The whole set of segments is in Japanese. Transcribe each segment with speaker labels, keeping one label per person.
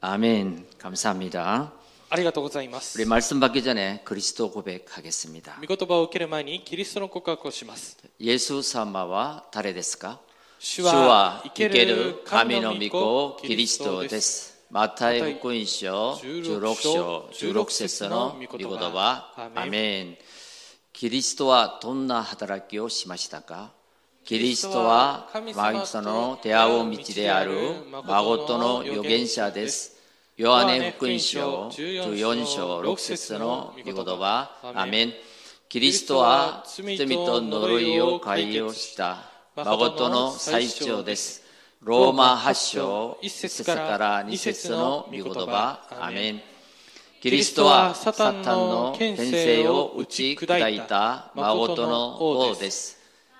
Speaker 1: 아멘. 감사합니다.
Speaker 2: ありがとうございます
Speaker 1: 우리
Speaker 2: 御
Speaker 1: 말씀 받기 전에 그리스도 고백하겠습니다.
Speaker 2: 言葉を受ける前にキリストの告白をします
Speaker 1: 예수 사마와 다레데스까?
Speaker 2: 主
Speaker 1: 주와
Speaker 2: 生け
Speaker 1: 이케르
Speaker 2: る
Speaker 1: 가미
Speaker 2: 神の
Speaker 1: の
Speaker 2: 御
Speaker 1: 미
Speaker 2: 子
Speaker 1: 고
Speaker 2: キリストです
Speaker 1: 그리스도です. 마타의 복음서 16쇼 16세스의 미고도와 아멘. 그리스도와 どんな働きをしましたか? 그리스도와 神様との 대화의 道である 마고토의預言者です. 요한의 복음서 14쇼 6세스의 미고도와 아멘. 그리스도와 罪と呪いを解放した誠の最長です。ローマ8章1節から2節の御言葉、アメン。キリストはサタンの権勢を打ち砕いた誠の王です。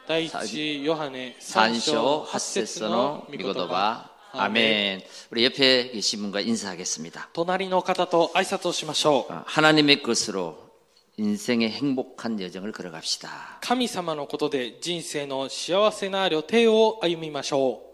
Speaker 2: 第一ヨハネ
Speaker 1: 3
Speaker 2: 3章
Speaker 1: 章8
Speaker 2: 8節
Speaker 1: 節
Speaker 2: の
Speaker 1: の
Speaker 2: 御
Speaker 1: 御言
Speaker 2: 言葉
Speaker 1: 葉、アメン。우리옆에계신분과인사하겠습니다。 아,
Speaker 2: 隣の方と挨拶をしましょう
Speaker 1: 하나님의 것으로 인생의 행복한 여정을 걸어갑시다.
Speaker 2: 神様のことで人生の幸せな旅程を歩みましょう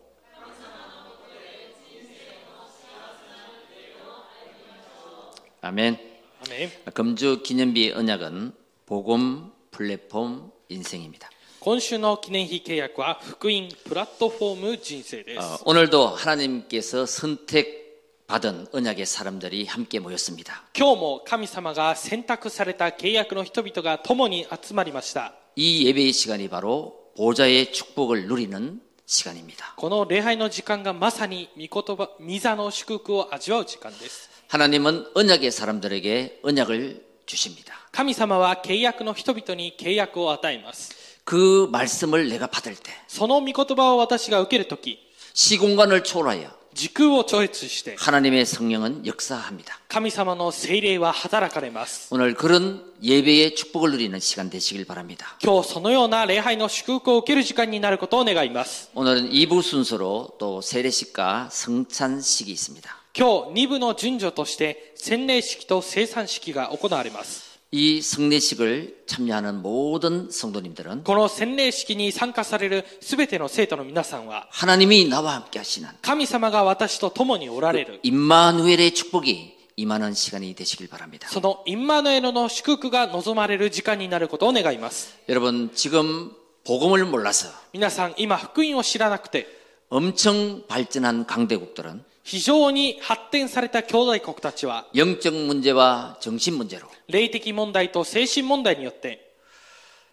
Speaker 1: 아멘.
Speaker 2: アメン
Speaker 1: 금주 기념비 언약은 복음 플랫폼 인생입니다.
Speaker 2: 今週の記念碑契約は福音プラットフォーム人生です
Speaker 1: 어, 오늘도 하나님께서 선택받은 언약의 사람들이 함께 모였습니다.
Speaker 2: 今日も神様が選択された契約の人々が共に集まりました
Speaker 1: 이 예배의 시간이 바로 보좌의 축복을 누리는 시간입니다.
Speaker 2: この礼拝の時間がまさに御言葉御座の祝福を味わう時間です
Speaker 1: 하나님은 언약의 사람들에게 언약을 주십니다.
Speaker 2: 神様は契約の人々に契約を与えます
Speaker 1: 그 말씀을 내가 받을 때
Speaker 2: その御言葉を私が受けるとき
Speaker 1: 시공간을 초월하여
Speaker 2: 時空を超越して
Speaker 1: 하나님의 성령은 역사합니다.
Speaker 2: 神様の聖霊は働かれます
Speaker 1: 오늘 그런 예배의 축복을 누리는 시간 되시길 바랍니다.
Speaker 2: 今日そのような礼拝の祝福を受ける時間になることを願います
Speaker 1: 오늘은 2부 순서로 또 세례식과 성찬식이 있습니다.
Speaker 2: 今日2部の順序として洗礼式と生産式が行われます
Speaker 1: 이 성례식을 참여하는 모든 성도님들은
Speaker 2: この洗礼式に参加される全ての生徒の皆さんは
Speaker 1: 하나님이 나와 함께 하시는
Speaker 2: 神様が私と共におられる
Speaker 1: 임마누엘의 축복이 임하는 시간이 되시길 바랍니다.
Speaker 2: そのインマヌエルの祝福が望まれる時間になることを願います
Speaker 1: 여러분 지금 복음을 몰라서
Speaker 2: 皆さん今福音を知らなくて
Speaker 1: 엄청 발전한 강대국들은
Speaker 2: 非常に発展された兄弟国たちは
Speaker 1: 영적 문제와 정신 문제로
Speaker 2: 霊的問題と精神問題によって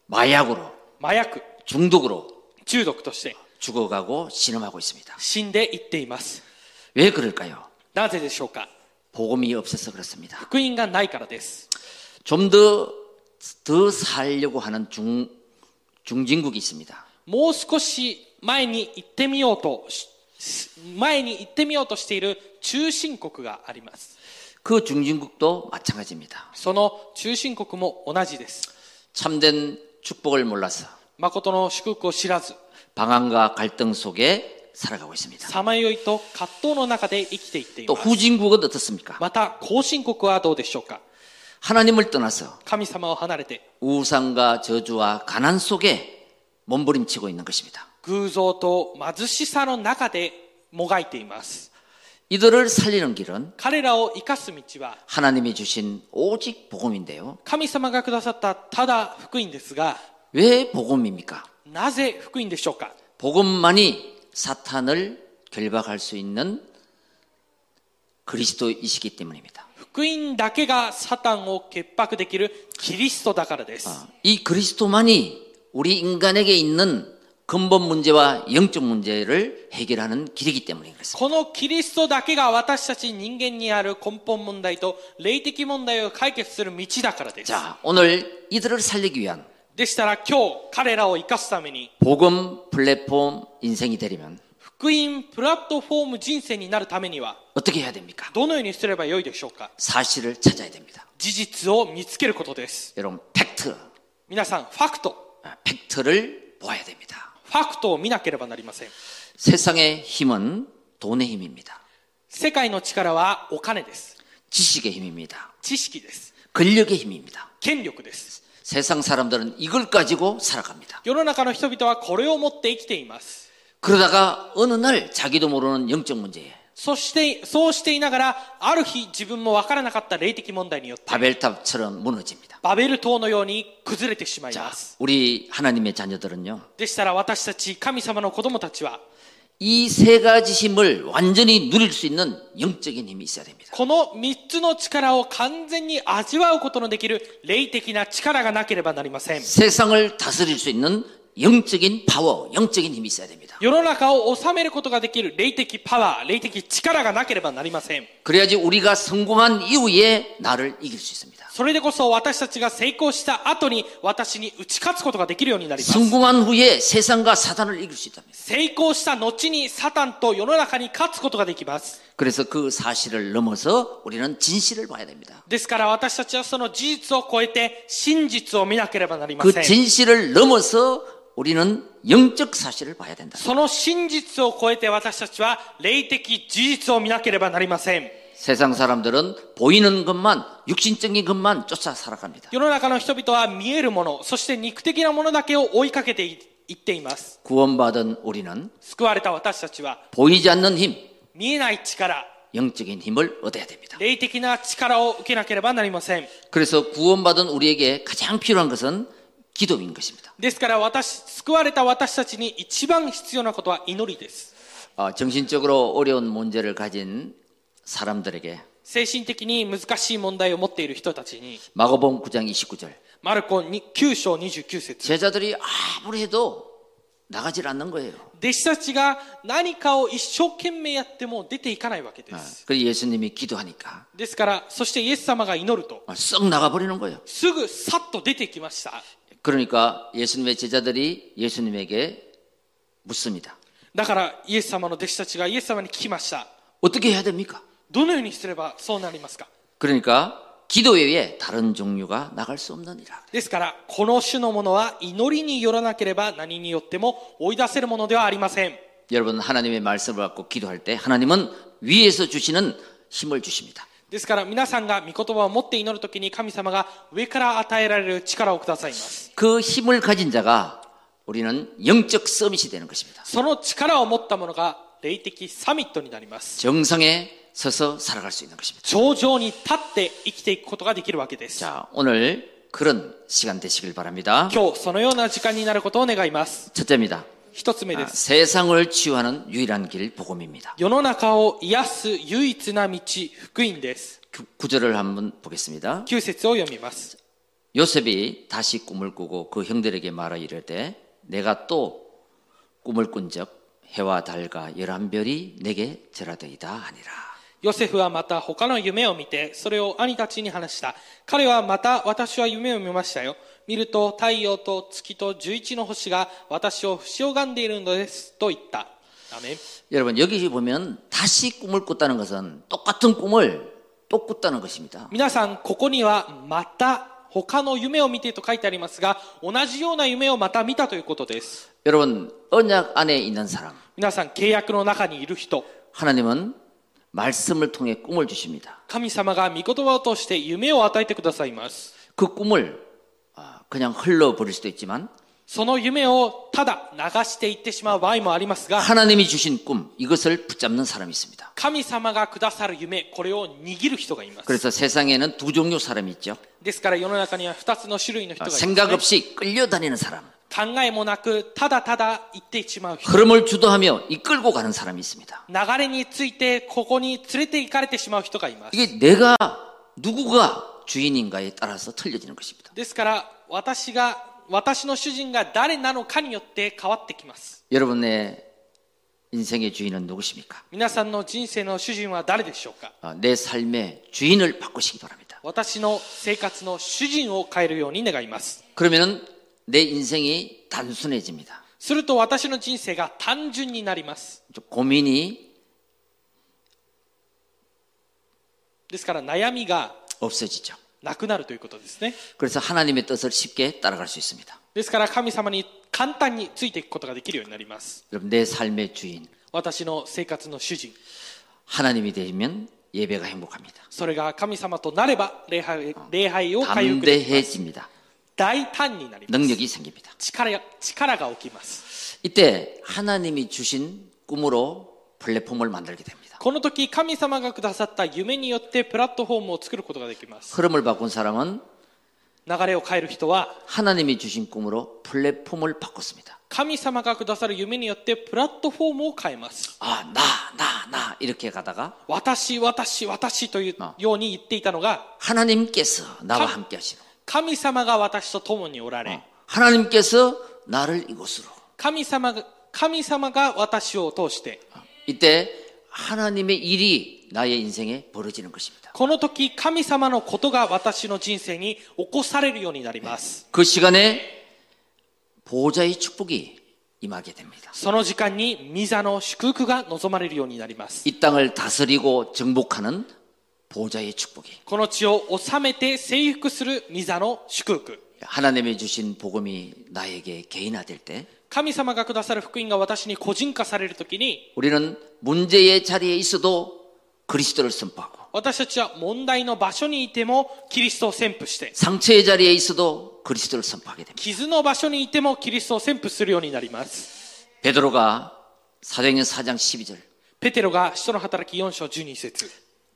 Speaker 1: 마약으로
Speaker 2: 麻薬
Speaker 1: 중독으로
Speaker 2: 中毒として
Speaker 1: 죽어가고 신음하고 있습니다.
Speaker 2: 死んでいっています
Speaker 1: 왜 그럴까요?
Speaker 2: なぜでしょうか
Speaker 1: 복음이 없어서 그렇습니다.
Speaker 2: 福音がないからです
Speaker 1: 좀 더, 더 살려고 하는 중, 중진국이 있습니다.
Speaker 2: もう少し前に行ってみようとしし前に行ってみようとしている中心国があります
Speaker 1: 그 중진국도 마찬가지입니다.
Speaker 2: その中心国も同じです
Speaker 1: 참된 축복을 몰라서
Speaker 2: 誠の祝福を知らず
Speaker 1: 방황과 갈등 속에 살아가고 있습니다.
Speaker 2: さまよいと葛藤の中で生きていってい
Speaker 1: 또
Speaker 2: ます
Speaker 1: 후진국은 어떻습니까?
Speaker 2: また後進国はどうでしょうか
Speaker 1: 하나님을 떠나서
Speaker 2: 神様を離れて
Speaker 1: 우상과 저주와 가난 속에 몸부림치고 있는 것입니다.
Speaker 2: 偶像と貧しさの中でもがいています
Speaker 1: 이들을 살리는 길은
Speaker 2: 彼らを生かす道は
Speaker 1: 하나님이 주신 오직 복음인데요.
Speaker 2: 神様がくださったただ福音ですが
Speaker 1: 왜 복음입니까?
Speaker 2: なぜ福音でしょうか
Speaker 1: 복음만이 사탄을 결박할 수 있는 그리스도이시기 때문입니다.
Speaker 2: 福音だけがサタンを潔白できるキリストだからです。
Speaker 1: 어, 이 그리스도만이 우리 인간에게 있는 근본 문제와 영적 문제를 해결하는 길이기 때문에 그렇습니다.
Speaker 2: このキリストだけが私たち人間にある根本問題と霊的問題を解決する道だからです。
Speaker 1: 자, 오늘 이들을 살리기 위한
Speaker 2: でしたら今日彼らを生かすために
Speaker 1: 복음 플랫폼 인생이 되려면
Speaker 2: 福音プラットフォーム人生になるためには
Speaker 1: 어떻게 해야 됩니까?
Speaker 2: どのようにすればよいでしょうか
Speaker 1: 사실을 찾아야 됩니다.
Speaker 2: 事実を見つけることです。
Speaker 1: 여러분, 팩트.
Speaker 2: 皆さんファクト、
Speaker 1: 아, 팩트를 보아야 됩니다.
Speaker 2: ファクトを見なければなりません。
Speaker 1: 세상의 힘은 돈의 힘입니다.
Speaker 2: 世界の力はお金です。
Speaker 1: 지식의 힘입니다.
Speaker 2: 知識です。
Speaker 1: 권력의 힘입니다.
Speaker 2: 権力です。
Speaker 1: 세상 사람들은 이걸 가지고 살아갑니다.
Speaker 2: 世の中の人々はこれを持って生きています。
Speaker 1: 그러다가 어느 날 자기도 모르는 영적 문제에
Speaker 2: そして、そうしていながら、ある日自分もわからなかった霊的問題によって、
Speaker 1: 바벨탑처럼 무너집니다.
Speaker 2: バベル塔のように崩れてしまいま
Speaker 1: 자,
Speaker 2: す。
Speaker 1: 우리 하나님의 자녀들은요.
Speaker 2: でしたら私たち、神様の子供たちは、
Speaker 1: 이 세 가지 힘을 완전히 누릴 수 있는 영적인 힘이 있어야 됩니다.
Speaker 2: この三つの力を完全に味わうことのできる霊的な力がなければなりません。
Speaker 1: 세상을 다스릴 수 있는 영적인 파워, 영적인 힘이 있어야 됩니다.
Speaker 2: 世の中を治めることができる霊的パワー、霊的力がなければなりません。
Speaker 1: 그래야지 우리가 성공한 이후에 나를 이길 수 있습니다.
Speaker 2: それでこそ私たちが成功した後に私に打ち勝つことができるようになります。
Speaker 1: 성공한 후에 세상과 사단을 이길 수 있답니다.
Speaker 2: 成功した後にサタンと世の中に勝つことができます。
Speaker 1: 그래서 그 사실을 넘어서 우리는 진실을 봐야 됩니다.
Speaker 2: ですから私たちはその事実を超えて真実を見なければなりま
Speaker 1: 그
Speaker 2: せん。
Speaker 1: 진실을 넘어서 우리는 영적 사실을 봐야 된다.
Speaker 2: その真実を超えて私たちは霊的事実を見なければなりません。
Speaker 1: 세상 사람들은 보이는 것만, 육신적인 것만 쫓아 살아갑니다.
Speaker 2: 世の中の人々は見えるもの、そして肉的なものだけを追いかけていいっています。
Speaker 1: 구원받은 우리는
Speaker 2: 救われた私たちは
Speaker 1: 보이지 않는 힘,
Speaker 2: 見えない力、
Speaker 1: 영적인 힘을 얻어야 됩니다.
Speaker 2: 霊的な力を受けなければなりません。
Speaker 1: 그래서 구원받은 우리에게 가장 필요한 것은 기도인 것입니다.
Speaker 2: ですから私、救われた私たちに一番必要なことは祈りです。
Speaker 1: 아, 정신적으로 어려운 문제를 가진 사람들에게
Speaker 2: 精神的に難しい問題を持っている人たちに、
Speaker 1: 마가복음 9장 29절
Speaker 2: マルコに9章29節
Speaker 1: 제자들이 아무리 해도 나가질 않는 거예요.
Speaker 2: 弟子たちが何かを一生懸命やっても出ていかないわけです。
Speaker 1: 아, 그래서 예수님이 기도하니까
Speaker 2: ですから、そしてイエス様が祈ると、
Speaker 1: 썩 나가버리는 거예요.
Speaker 2: すぐさっと出てきました。
Speaker 1: 그러니까 예수님의 제자들이 예수님에게 묻습니다.
Speaker 2: だから、イエス様の弟子たちがイエス様に聞きました。
Speaker 1: 어떻게 해야 됩니까?
Speaker 2: どのようにすればそうなりますか
Speaker 1: 그러니까 기도 외에 다른 종류가 나갈 수 없느니라.
Speaker 2: ですから、この種のものは祈りによらなければ何によっても追い出せるものではありません。
Speaker 1: 여러분 하나님의 말씀을 갖고 기도할 때 하나님은 위에서 주시는 힘을 주십니다.
Speaker 2: ですから皆さんが御言葉を持って祈るときに神様が上から与えられる力をくださいます。
Speaker 1: 그 힘을 가진 자가 우리는 영적 서밋이 되는 것입니다.
Speaker 2: その力を持ったものが霊的サミットになります。
Speaker 1: 정상에 서서 살아갈 수 있는 것입니다.
Speaker 2: 頂上に立って生きていくことができるわけです。
Speaker 1: 자, 오늘 그런 시간 되시길 바랍니다.
Speaker 2: 今日そのような時間になることを願います。
Speaker 1: 첫째입니다.
Speaker 2: 一つ目
Speaker 1: 아,
Speaker 2: です。
Speaker 1: 세상을 치유하는 유일한 길 복음입니다.
Speaker 2: 世の中を癒す唯一な道、福音です。
Speaker 1: 구- 구절을 한번 보겠습니다.
Speaker 2: 9節を読みます。
Speaker 1: 요셉이 다시 꿈을 꾸고 그 형들에게 말하 이르되 내가 또 꿈을 꾼적 해와 달과 열한 별이 내게 절하되이다 하니라.
Speaker 2: ヨセフはまた他の夢を見て、それを兄たちに話した。彼はまた私は夢を見ましたよ。見ると太陽と月と十一の星が私を不死拝んでいるのです。と言った。アメン
Speaker 1: 여러분 여기 보면 다시 꿈을 꿨다는 것은 똑같은 꿈을 또 꿨다는 것입니다.
Speaker 2: 皆さん、ここにはまた他の夢を見てと書いてありますが、同じような夢をまた見たということです。
Speaker 1: 여러분 언약 안에 있는 사람
Speaker 2: 皆さん、契約の中にいる人、
Speaker 1: 하나님은 말씀을 통해 꿈을 주십니다.
Speaker 2: 神様が御言葉を通して夢を与えてくださいます。
Speaker 1: 그 꿈을 아, 그냥 흘러버릴 수도 있지만
Speaker 2: その夢をただ流していってしまう場合もありますが、
Speaker 1: 하나님이 주신 꿈 이것을 붙잡는 사람이 있습니다.
Speaker 2: 神様がくださる夢、これを握る人がいます。
Speaker 1: 그래서 세상에는 두 종류 사람이 있죠.
Speaker 2: ですから世の中には2つの種類の人
Speaker 1: 아,
Speaker 2: がいます、
Speaker 1: 생각 없이 끌려다니는 사람,
Speaker 2: 考えもなく、ただただ言ってしまう人。
Speaker 1: 흐름을 주도하며 이끌고 가는 사람이 있습니다.
Speaker 2: 流れについて、ここに連れて行かれてしまう人がいます。
Speaker 1: 이게 내가 누구가 주인인가에 따라서 틀려지는 것입니다.
Speaker 2: ですから、私が、私の主人が誰なのかによって変わってきます。
Speaker 1: 여러분의 인생의 주인은 누구십니까?
Speaker 2: 皆さんの人生の主人は誰でしょうか
Speaker 1: 아, 내 삶의 주인을 바꾸시기 바랍니다.
Speaker 2: 私の生活の主人を変えるように願います。
Speaker 1: 그러면은 내 인생이 단순해집니다.
Speaker 2: すると私の人生が単純になります。
Speaker 1: 고민이
Speaker 2: ですから悩みが
Speaker 1: 없어지죠.
Speaker 2: なくなるということですね。
Speaker 1: 그래서 하나님의 뜻을 쉽게 따라갈 수 있습니다.
Speaker 2: ですから神様に簡単についていくことができるようになります。
Speaker 1: 여러분 내 삶의 주인
Speaker 2: 私の生活の主人。
Speaker 1: 하나님이 되면 예배가 행복합니다.
Speaker 2: それが神様となれば礼拝礼拝を回復できます。
Speaker 1: 담대해집니다.
Speaker 2: 大胆になります。
Speaker 1: 능력이 생깁니다.
Speaker 2: 力や力が起きます。
Speaker 1: 이때 하나님이 주신 꿈으로 플랫폼을 만들게 됩니다.
Speaker 2: この時神様がくださった夢によってプラットフォームを作ることができます
Speaker 1: 흐름을 바꾼 사람은
Speaker 2: 流れを変える人は
Speaker 1: 하나님이 주신 꿈으로 플랫폼을 바꿨습니다.
Speaker 2: 神様がくださる夢によってプラットフォームを変えます
Speaker 1: 아, 나, 나, 나 이렇게 가다가
Speaker 2: 私私私というように言っていたのが
Speaker 1: 하나님께서 나와
Speaker 2: 참-
Speaker 1: 함께 하시고
Speaker 2: 神様が私と共におられ
Speaker 1: 하나님께서 나를 이곳으로
Speaker 2: 神様が神様が私を通して
Speaker 1: 이때 하나님의 일이 나의 인생에 벌어지는 것입니다.
Speaker 2: この時神様のことが私の人生に起こされるようになります
Speaker 1: 그 시간에 보호자의 축복이 임하게 됩니다.
Speaker 2: その時間にミザの祝福が望まれるようになります
Speaker 1: 이 땅을 다스리고 정복하는 보호자의 축복이
Speaker 2: この地を治めて征服するミザの祝福
Speaker 1: 하나님이 주신 복음이 나에게 개인화될 때
Speaker 2: 神様がくださる福音が私に個人化される時に
Speaker 1: 우리는 문제의 자리에 있어도 그리스도를 선포하고
Speaker 2: 私たちは問題の場所にいてもキリストを宣布して
Speaker 1: 상처의 자리에 있어도 그리스도를 선포하게 됩니다.
Speaker 2: 傷の場所にいてもキリストを宣布するようになります
Speaker 1: 베드로가 사도행전 4장 12절
Speaker 2: ペテロが使徒の働き4章12節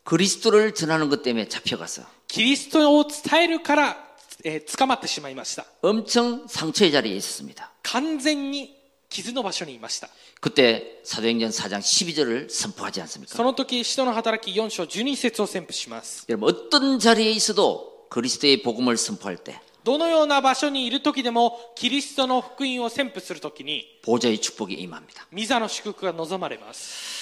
Speaker 1: 그리스도를 전하는 것 때문에 잡혀가서
Speaker 2: キリストを伝えるから、えー捕まってしまいました。
Speaker 1: 엄청 상처의 자리에 있었습니다.
Speaker 2: 完全に傷の場所にいました。
Speaker 1: 그때 사도행전 4장 12절을 선포하지 않습니까?
Speaker 2: その時、使徒の働き4章12節を宣布します。
Speaker 1: 여러분 어떤 자리에 있어도 그리스도의 복음을 선포할 때
Speaker 2: どのような場所にいる時でも、キリストの福音を宣布する時に、
Speaker 1: 보좌의 축복이 임합니다.
Speaker 2: ミザの祝福が望まれます。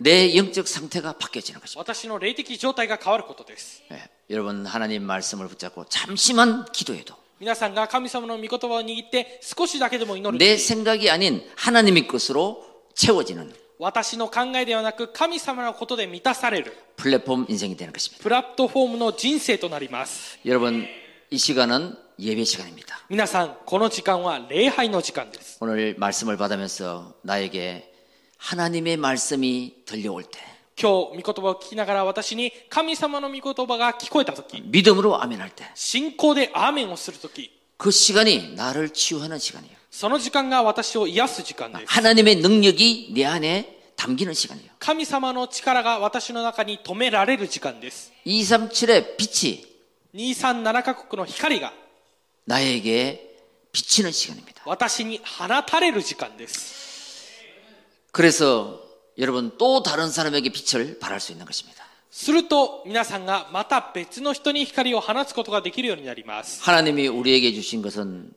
Speaker 1: 내 영적 상태가 바뀌어지는 것입니다.
Speaker 2: 私の霊的状態が変わることです。
Speaker 1: 예, 여러분 하나님 말씀을 붙잡고 잠시만 기도해도
Speaker 2: 皆さんが神様の御言葉を握って少しだけでも祈る
Speaker 1: 내 생각이 아닌 하나님의 것으로 채워지는
Speaker 2: 私の考えではなく神様のことで満たされる
Speaker 1: 플랫폼 인생이 되는 것입니다.
Speaker 2: プラットフォームの人生となります
Speaker 1: 여러분 이 시간은 예배 시간입니다.
Speaker 2: 皆さんこの時間は礼拝の時間です
Speaker 1: 오늘 말씀을 받으면서 나에게 하나님의 말씀이 들려올 때
Speaker 2: 今日、御言葉を聞きながら私に神様の御言葉が聞こえたとき、
Speaker 1: 믿음으로 아멘할 때 그
Speaker 2: 信仰でアーメンをするとき、
Speaker 1: 시간이 나를 치유하는 시간이에요.
Speaker 2: その時間が私を癒す時間です。
Speaker 1: 하나님의 능력이 내 안에 담기는 시간이에요.
Speaker 2: 神様の力が私の中に止められる時間です。
Speaker 1: 237의 빛이
Speaker 2: 237カ国の光が
Speaker 1: 나에게 비치는 시간입니다.
Speaker 2: 私に放たれる時間です。
Speaker 1: 그래서 여러분 또 다른 사람에게 빛을 발할 수 있는 것입니다.
Speaker 2: すると、皆さんがまた別の人に光を放つことができるようになります。
Speaker 1: 하나님이 우리에게 주신 것은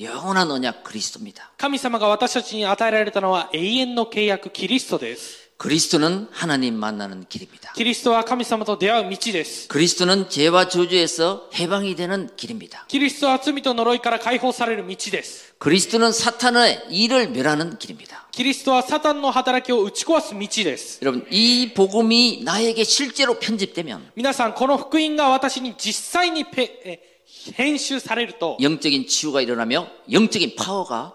Speaker 1: 영원한 언약 그리스도입니다.
Speaker 2: 神様が私たちに与えられたのは永遠の契約キリストです。
Speaker 1: 그리스도는 하나님 만나는 길입니다.
Speaker 2: キリストは神様と出会う道です。
Speaker 1: 그리스도는 죄와 저주에서 해방이 되는 길입니다.
Speaker 2: キリストは罪と呪いから解放される道です。
Speaker 1: 그리스도는 사탄의 일을 멸하는 길입니다.
Speaker 2: キリストはサタンの働きを打ち壊す道です。
Speaker 1: 여러분 이 복음이 나에게 실제로 편집되면
Speaker 2: 皆さん、この福音が私に実際にペえ編集されると、
Speaker 1: 영적인 치유가 일어나며 영적인 파워가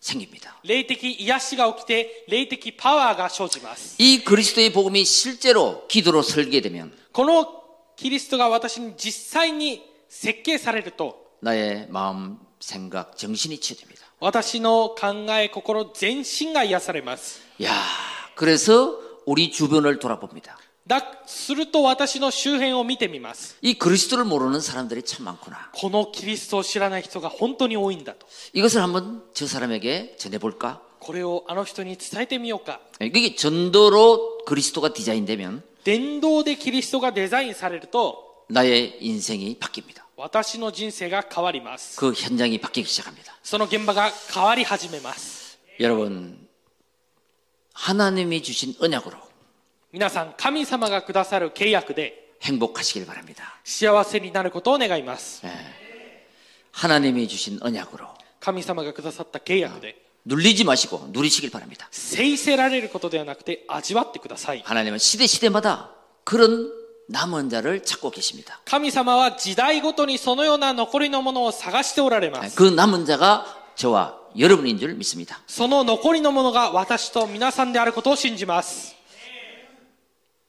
Speaker 1: 생깁니다.
Speaker 2: 霊的癒しが起きて、霊的パワーが生じます。
Speaker 1: 이 그리스도의 복음이 실제로 기도로 설계되면
Speaker 2: このキリストが私に実際に設計されると、
Speaker 1: 나의 마음, 생각, 정신이 치유됩니다.
Speaker 2: 私の考え、心、全身が癒されます。
Speaker 1: 야, 그래서 우리 주변을 돌아봅니다.
Speaker 2: だ、すると私の周辺を見てみます。
Speaker 1: 이 그리스도를 모르는 사람들이 참 많구나.
Speaker 2: このキリストを知らない人が本当に多いんだと。
Speaker 1: 이것을 한번 저 사람에게 전해볼까?
Speaker 2: これをあの人に伝えてみようか。
Speaker 1: 이게 전도로 그리스도가 디자인되면
Speaker 2: 伝道でキリストがデザインされると、
Speaker 1: 나의 인생이 바뀝니다.
Speaker 2: 私の人生が変わります。
Speaker 1: 그 현장이 바뀌기 시작합니다.
Speaker 2: その現場が変わり始めます。
Speaker 1: 여러분, 하나님이 주신 언약으로
Speaker 2: 皆さん、神様がくださる契約で
Speaker 1: 행복하시길 바랍니다.
Speaker 2: 幸せになることを願います。
Speaker 1: 하나님이 주신 언약으로
Speaker 2: 神様がくださった契約で
Speaker 1: 눌리지 마시고 누리시길 바랍니다.
Speaker 2: 制せられることではなくて味わってください。
Speaker 1: 하나님은 시대 시대마다 그런 남은 자를 찾고 계십니다.
Speaker 2: 神様は時代ごとにそのような残りのものを探しておられます。
Speaker 1: 그 남은 자가 저와 여러분인 줄 믿습니다.
Speaker 2: その残りのものが私と皆さんであることを信じます。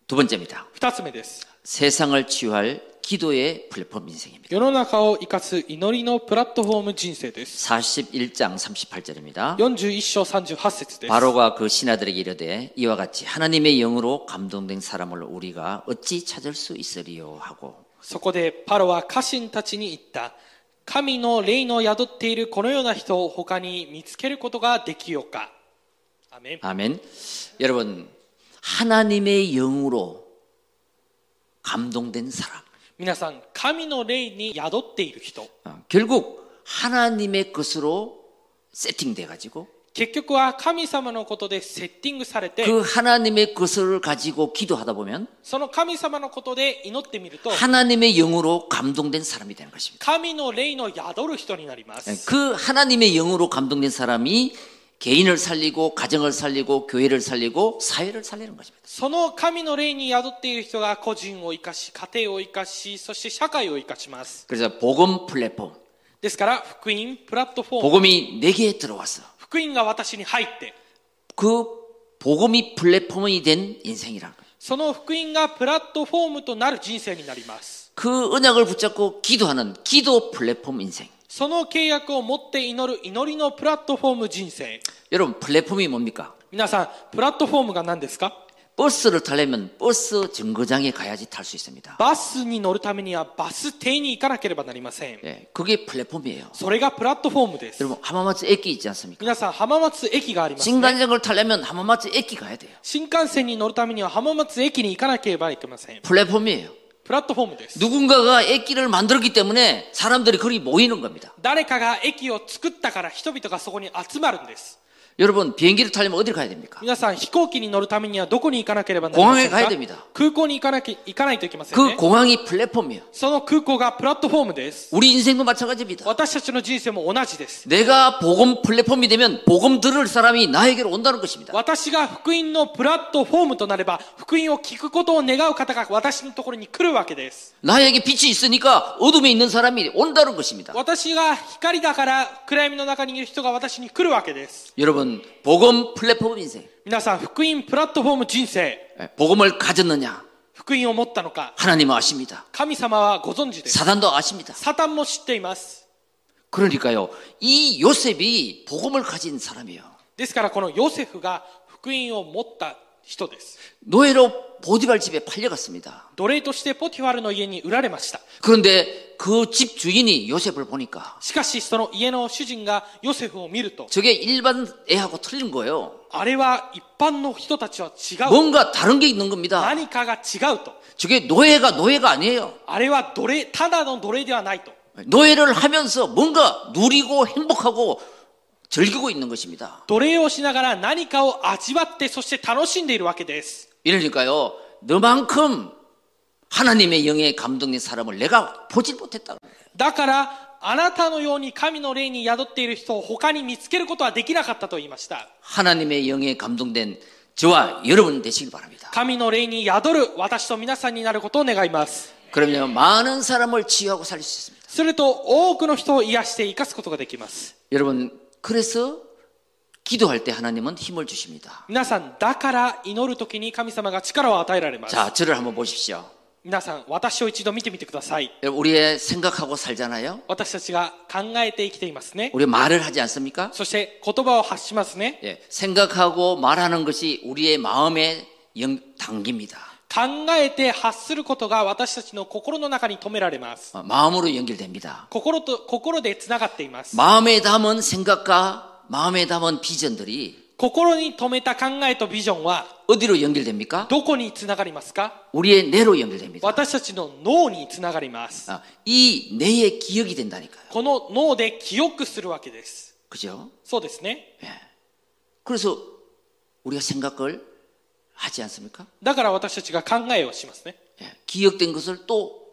Speaker 1: 두 번째입니다.
Speaker 2: 二つ目です。
Speaker 1: 세상을 치유할 기도의 플랫폼 인생입니다.
Speaker 2: 世の中を生かす祈りのプラットフォーム人生です。
Speaker 1: 41장 38절입니다.
Speaker 2: 41章38節です。
Speaker 1: 바로가 그 신하들에게 이르되 이와 같이 하나님의 영으로 감동된 사람을 우리가 어찌 찾을 수 있으리요 하고
Speaker 2: そこでパロは家臣たちに言った。神の霊の宿っているこのような人を他に見つけることができようか。アメン。
Speaker 1: 아멘. 여러분 하나님의 영으로 감동된 사람
Speaker 2: 皆さん、神の霊に宿っている人。
Speaker 1: 어, 결국 하나님의 것으로 세팅돼 가지고
Speaker 2: 結局は神様のことでセッティングされて、
Speaker 1: 그 하나님의 것을 가지고 기도하다 보면
Speaker 2: その神様のことで祈ってみると、
Speaker 1: 하나님의 영으로 감동된 사람이 되는 것입니다.
Speaker 2: 神の霊の宿る人になります。
Speaker 1: 그 하나님의 영으로 감동된 사람이 개인을 살리고 가정을 살리고 교회를 살리고 사회를 살리는 것입니다.
Speaker 2: その神の霊に宿っている人が個人を生かし、家庭を生かし、そして社会を生かします。
Speaker 1: 그래서 복음 플랫폼,
Speaker 2: ですから、福音プラットフォーム、
Speaker 1: 복음이 내게 들어왔어.
Speaker 2: 福音が私に入って、
Speaker 1: 그 복음이 플랫폼이 된 인생이라는 거예요.
Speaker 2: その福音がプラットフォームとなる人生になります。
Speaker 1: 그 언약을 붙잡고 기도하는 기도 플랫폼 인생.
Speaker 2: その契約を持って祈る祈りのプラットフォーム人生。
Speaker 1: 여러분 플랫폼이 뭡니까?
Speaker 2: 皆さん、プラットフォームが何ですか
Speaker 1: 버스를 타려면 버스 정거장에 가야지 탈 수 있습니다.
Speaker 2: バスに乗るためにはバス停に行かなければなりません。
Speaker 1: 예, 그게 플랫폼이에요.
Speaker 2: それがプラットフォームです。
Speaker 1: 여러분 하마마츠駅있지 않습니까?
Speaker 2: 皆さん、浜松駅があります、ね。
Speaker 1: 신간역을 타려면 하마마츠駅 가야 돼요.
Speaker 2: 新幹線に乗るためには浜松駅に行かなければいけません。
Speaker 1: 플랫폼이에요.
Speaker 2: プラットフォームです。
Speaker 1: 누군가가 액기를 만들었기 때문에 사람들이 거기 모이는 겁니다.
Speaker 2: 誰かが駅を作ったから人々がそこに集まるんです。
Speaker 1: 여러분 비행기를 타려면 어디를 가야 됩니까?
Speaker 2: 皆さん、飛行機に乗るためにはどこに行かなければなりません
Speaker 1: 공항에가야
Speaker 2: か
Speaker 1: 됩니다
Speaker 2: 空港に行かなき行かないといけません
Speaker 1: 그
Speaker 2: ね。
Speaker 1: 공항이 플랫폼이에요.
Speaker 2: その空港がプラットフォームです。
Speaker 1: 우리 인생도 마찬가지입니다.
Speaker 2: 私たちの人生も同じです。
Speaker 1: 내가 복음 플랫폼이 되면 복음 들을 사람이 나에게로 온다는 것입니다.
Speaker 2: 私が福音のプラットフォームとなれば、福音を聞くことを願う方が私のところに来るわけです。
Speaker 1: 나에게 빛이 있으니까 어둠에 있는 사람이 온다는 것입니다.
Speaker 2: 私が光だから暗闇の中にいる人が私に来るわけです。
Speaker 1: 여러분 복음 플랫폼 인생.
Speaker 2: 皆さん、福音プラットフォーム人生、
Speaker 1: 예, 복음을 가졌느냐
Speaker 2: 福音を持ったのか、
Speaker 1: 하나님은 아십니다.
Speaker 2: 神様はご存知です。
Speaker 1: 사단도 아십니다.
Speaker 2: サタンも知っています。
Speaker 1: 그러니까요 이 요셉이 복음을 가진 사람이에요.
Speaker 2: ですから、このヨセフが福音を持った人です。
Speaker 1: 노예로 보디발 집에 팔려갔습니다.
Speaker 2: 奴隷としてポティファルの家に売られました。
Speaker 1: 그런데 그 집 주인이 요셉을 보니까
Speaker 2: しかし、その家の主人がヨセフを見ると、
Speaker 1: 저게 일반 애하고 틀린 거예요.
Speaker 2: あれは一般の人たちは違う。
Speaker 1: 뭔가 다른 게 있는 겁니다.
Speaker 2: 何かが違うと。
Speaker 1: 저게 노예가 노예가 아니에요.
Speaker 2: あれは奴隷、ただの奴隷ではないと。
Speaker 1: 노예를 하면서 뭔가 누리고 행복하고 즐기고 있는 것입니다.
Speaker 2: 奴隷をしながら何かを味わって、そして楽しんでいるわけです。
Speaker 1: 이러니까요, 너만큼 하나님의 영에 감동된 사람을 내가 보질 못했다.
Speaker 2: だから、あなたのように神の霊に宿っている人を他に見つけることはできなかったと言いました。
Speaker 1: 하나님의 영에 감동된 저와 여러분 되시길 바랍니다.
Speaker 2: 神の霊に宿る私と皆さんになることを願います。
Speaker 1: 그러면 많은 사람을 치유하고 살릴 수 있습니다.
Speaker 2: すると多くの人を癒して生かすことができます。
Speaker 1: 여러분, 그래서 기도할 때 하나님은 힘을 주십니다.
Speaker 2: 皆さん、だから祈るときに神様が力を与えられます。
Speaker 1: 자, 저를 한번 보십시오.
Speaker 2: 皆さん、私を一度見てみてください。
Speaker 1: 여러분, 우리의 생각하고 살잖아요.
Speaker 2: 私たちが考えて生きていますね。
Speaker 1: 우리 말을 하지 않습니까?
Speaker 2: そして言葉を発しますね。
Speaker 1: 예, 생각하고 말하는 것이 우리의 마음에 영, 당깁니다.
Speaker 2: 考えて発することが私たちの心の中に止められます。
Speaker 1: 어, 마음으로 연결됩니다.
Speaker 2: 心と、心で繋がっています。
Speaker 1: 마음에 담은 생각과 마음에 담은 비전들이
Speaker 2: 心に留めた考えとビジョンは
Speaker 1: 어디로 연결됩니까?
Speaker 2: どこに繋がりますか
Speaker 1: 우리의 뇌로 연결됩니다.
Speaker 2: 私たちの脳に繋がります。
Speaker 1: 아, 이 뇌의 기억이 된다니까요.
Speaker 2: この脳で記憶するわけです。
Speaker 1: 그죠?
Speaker 2: そうですね。
Speaker 1: 그래서 우리가 생각을 하지 않습니까?
Speaker 2: だから私たちが考えをしますね。
Speaker 1: 예, 기억된 것을 또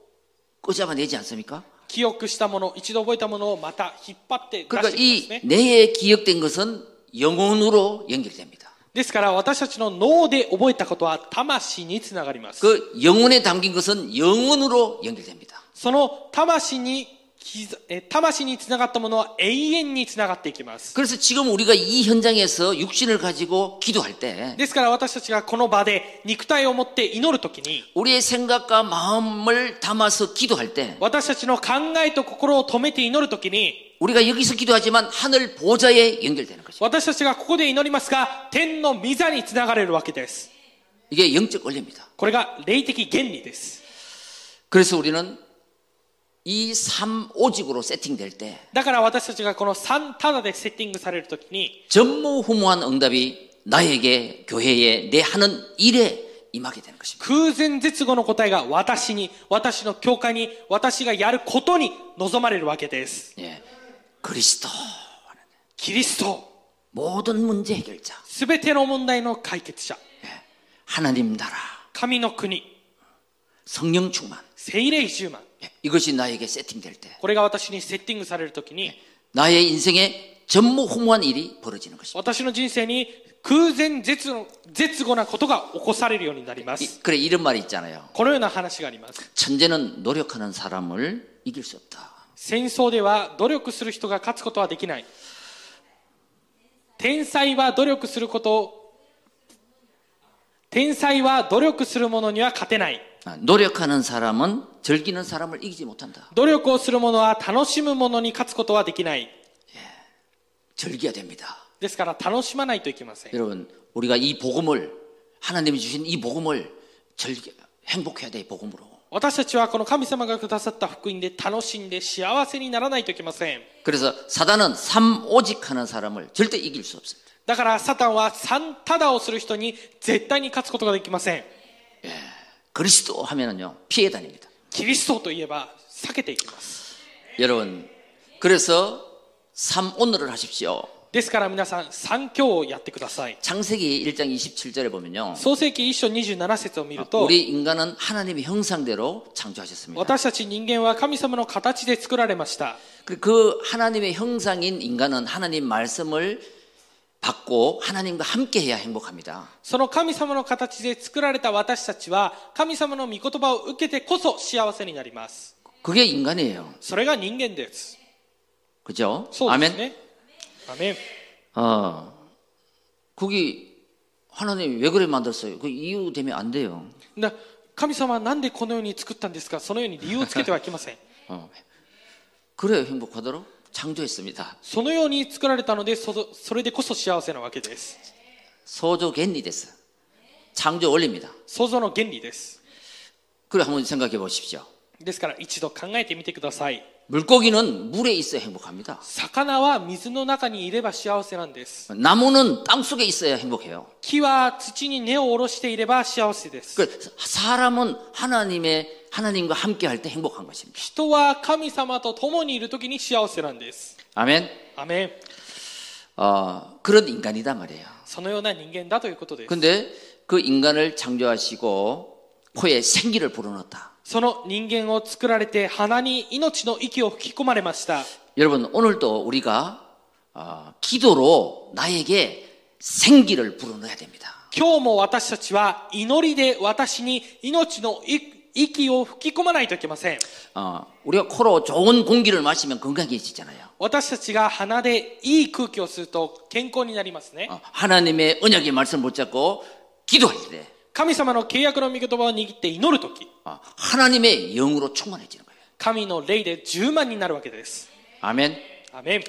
Speaker 1: 끄잡아내지 않습니까?
Speaker 2: 記憶したもの、一度覚えたものをまた引っ張って出してきま
Speaker 1: 그러니까 이
Speaker 2: すね。
Speaker 1: 뇌에 기억된 것은 영혼으로 연결됩니다.
Speaker 2: ですから私たちの脳で覚えたことは魂に繋がります。
Speaker 1: 그 영혼에 담긴 것은 영혼으로 연결됩니다.
Speaker 2: その魂に 기자- 에,魂につながったものは永遠につながっていきます。
Speaker 1: 그래서 지금 우리가 이 현장에서 육신을 가지고 기도할 때
Speaker 2: ですから私たちがこの場で肉体を持って祈るときに、
Speaker 1: 우리의 생각과 마음을 담아서 기도할 때
Speaker 2: 私たちの考えと心を止めて祈るときに、
Speaker 1: 우리가 여기서 기도하지만 하늘 보좌에 연결되는 것입니다.
Speaker 2: 私たちがここで祈りますが、天の御座につながれるわけです。
Speaker 1: 이게 영적 원리입니다.
Speaker 2: これが霊的原理です。
Speaker 1: 그래서 우리는 이 삼오직으로 세팅될 때
Speaker 2: だから私たちがこの3タダでセッティングされるときに、
Speaker 1: 전무후무한 응답이 나에게 교회에 내 하는 일에 임하게 되는 것입니다.
Speaker 2: 空前絶後の答えが私に、私の教会に、私がやることに望まれるわけです。
Speaker 1: 예. 그리스도
Speaker 2: キリスト、
Speaker 1: 모든 문제 해결자 예.
Speaker 2: すべての問題の解決者、
Speaker 1: 하나님 나라
Speaker 2: 神の国、
Speaker 1: 성령 충만
Speaker 2: 聖霊十万。
Speaker 1: 예. 이것이 나에게 세팅될 때
Speaker 2: これが私にセッティングされるときに、
Speaker 1: 나의 인생에 전무후무한 일이 벌어지는 것입니다.
Speaker 2: 私の人生に空前絶後絶後なことが起こされるようになりま
Speaker 1: 이-
Speaker 2: す。
Speaker 1: 그래 이런 말이 있잖아요.
Speaker 2: このような話があります。
Speaker 1: 천재는 노력하는 사람을 이길 수 없다.
Speaker 2: 戦争では努力する人が勝つことはできない。天才は努力することを、天才は努力する者には勝てない。
Speaker 1: 아, 노력하는 사람은 즐기는 사람을 이기지 못한다.
Speaker 2: 努力をする者は楽しむ者に勝つことはできない。
Speaker 1: 즐겨야 됩니다.
Speaker 2: ですから楽しまないといけません。
Speaker 1: 여러분 우리가 이 복음을 하나님이 주신 이 복음을 즐겨 행복해야 돼 이 복음으로.
Speaker 2: 私たちはこの神様がくださった福音で楽しんで幸せにならないといけません。
Speaker 1: 그래서 사단은 삼오직 하는 사람을 절대 이길 수 없습니다.
Speaker 2: だからサタンは三タダをする人に絶対に勝つことができません。
Speaker 1: 그리스도 하면은요 피해 다닙니다.
Speaker 2: キリストといえば避けていきます。
Speaker 1: 여러분 그래서 삼오늘을 하십시오.
Speaker 2: ですから皆さん、三教をやってください。
Speaker 1: 창세기 1장 27절에 보면요
Speaker 2: 創世記一章27節を見ると、
Speaker 1: 우리 인간은 하나님의 형상대로 창조하셨습니다.
Speaker 2: 私たち人間は神様の形で作られました。
Speaker 1: 그- 그 하나님의 형상인 인간은 하나님 말씀을 받고 하나님과 함께 해야 행복합니다.
Speaker 2: その神様の形で作られた私たちは、神様の御言葉を受けてこそ幸せになります。
Speaker 1: 그게 인간이에요.
Speaker 2: それが人間です。
Speaker 1: 그죠?
Speaker 2: そうです
Speaker 1: 아멘.
Speaker 2: ね。アメン。
Speaker 1: 어. 그게 하나님이 왜 그래 만들었어요? 그 이유 되면 안 돼요.
Speaker 2: な神様はなんでこのように作ったんですかそのように理由をつけてはいけません。
Speaker 1: 어. 그래요. 행복하도록 창조했습니다.
Speaker 2: そのように作られたのでそそれでこそ幸せなわけです
Speaker 1: 소조 겐리 됐어. 창조 원리입니다.
Speaker 2: 創造の原理です
Speaker 1: 그래 한번 생각해 보십시오.
Speaker 2: ですから一度考えてみてください
Speaker 1: 물고기는 물에 있어야 행복합니다.
Speaker 2: 魚は水の中にいれば幸せなんです
Speaker 1: 나무는 땅 속에 있어야 행복해요.
Speaker 2: 木は土に根を下ろしていれば幸せです
Speaker 1: 그 사람은 하나님의 하나님과 함께 할 때 행복한 것입니다.
Speaker 2: 人は神様と共にいる時に幸せなんです
Speaker 1: 아멘.
Speaker 2: アメン
Speaker 1: 어, 그런 인간이다 말이에요.
Speaker 2: そのような人間だということです
Speaker 1: 근데 그 인간을 창조하시고 코에 생기를 불어넣었다.
Speaker 2: その人間を作られて鼻に命の息を吹き込まれました
Speaker 1: 여러분 오늘도 우리가 어, 기도로 나에게 생기를 불어넣어야 됩니다.
Speaker 2: 今日も私たちは祈りで私に命の息を吹き込まないといけません
Speaker 1: 어, 우리가 코로 좋은 공기를 마시면 건강해지잖아요.
Speaker 2: 私たちが鼻でいい空気を吸うと健康になりますね。
Speaker 1: 어, 하나님의 언약의 말씀 못 잡고 기도할 때
Speaker 2: 神様の契約の御言葉を握って祈るとき、
Speaker 1: 어, 하나님의 영으로 충만해지는 거예요.
Speaker 2: 神の霊で10万になるわけです。
Speaker 1: 아멘.
Speaker 2: アメン。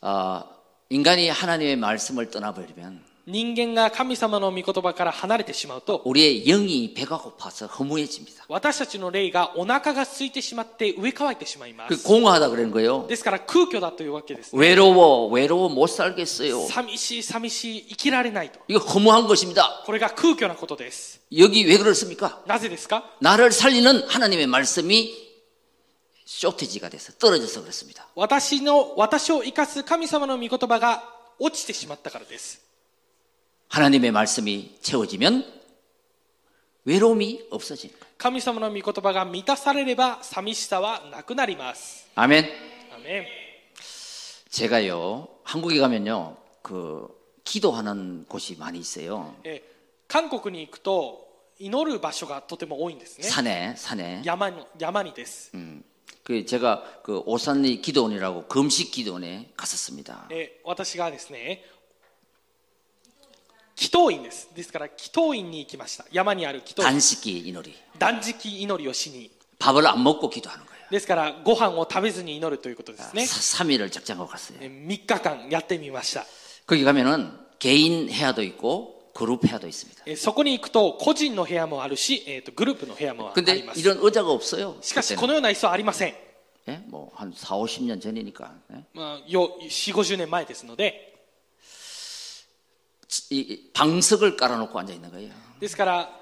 Speaker 1: 아, 인간이 하나님의 말씀을 떠나버리면
Speaker 2: 人間が神様の御言葉から離れてしまうと、
Speaker 1: 우리의 영이 배가 고파서 허무해집니다.
Speaker 2: 私たちの霊がお腹が空いてしまって上乾いてしまいま
Speaker 1: 그
Speaker 2: す。
Speaker 1: 공허하다 그러는 거예요.
Speaker 2: ですから空虚だというわけです。
Speaker 1: 외로워, 외로워 못 살겠어요.
Speaker 2: 寂しい寂しい生きられないと。
Speaker 1: 이거 허무한 것입니다.
Speaker 2: これが空虚なことです。
Speaker 1: 여기 왜 그렇습니까?
Speaker 2: なぜですか
Speaker 1: 나를 살리는 하나님의 말씀이 쇼티지가 돼서 떨어져서 그렇습니다.
Speaker 2: 私の、私を生かす神様の御言葉が落ちてしまったからです。
Speaker 1: 하나님의 말씀이 채워지면 외로움이 없어지는 거예요.
Speaker 2: 神様の御言葉が満たされれば寂しさはなくなります。
Speaker 1: 아멘.
Speaker 2: アメン
Speaker 1: 제가요 한국에 가면요 그 기도하는 곳이 많이 있어요.
Speaker 2: え韓国に行く 예? と祈る場所がとても多いんですね。
Speaker 1: 산에 산에
Speaker 2: 山の山にです。
Speaker 1: 음, 그 제가 그 오산리 기도원이라고 금식 기도원에 갔었습니다.
Speaker 2: えー私がですね祈祷院ですですから祈祷院に行きました山にある祈祷院
Speaker 1: 단식기 이놀이.
Speaker 2: 断食祈りをしに
Speaker 1: 밥을 안 먹고 기도하는 거예요.
Speaker 2: ですからご飯を食べずに祈るということですね
Speaker 1: 3일을 작정하고 갔어요.
Speaker 2: えー3日間やってみました
Speaker 1: 거기 가면은 개인 회화도 있고 그룹 회화도 있습니다.
Speaker 2: えーそこに行くと個人の部屋もあるし、えー、とグループの部屋もあ
Speaker 1: 근데
Speaker 2: ります
Speaker 1: 이런 의자가 없어요.
Speaker 2: しかし
Speaker 1: 그때는.
Speaker 2: このような椅子はありません、
Speaker 1: 예? 뭐한 4, 50년 전이니까. 예?
Speaker 2: まあ、よ4 5 0年前ですので
Speaker 1: 이- 이 방석을 깔아놓고 앉아 있는 거예요.
Speaker 2: ですから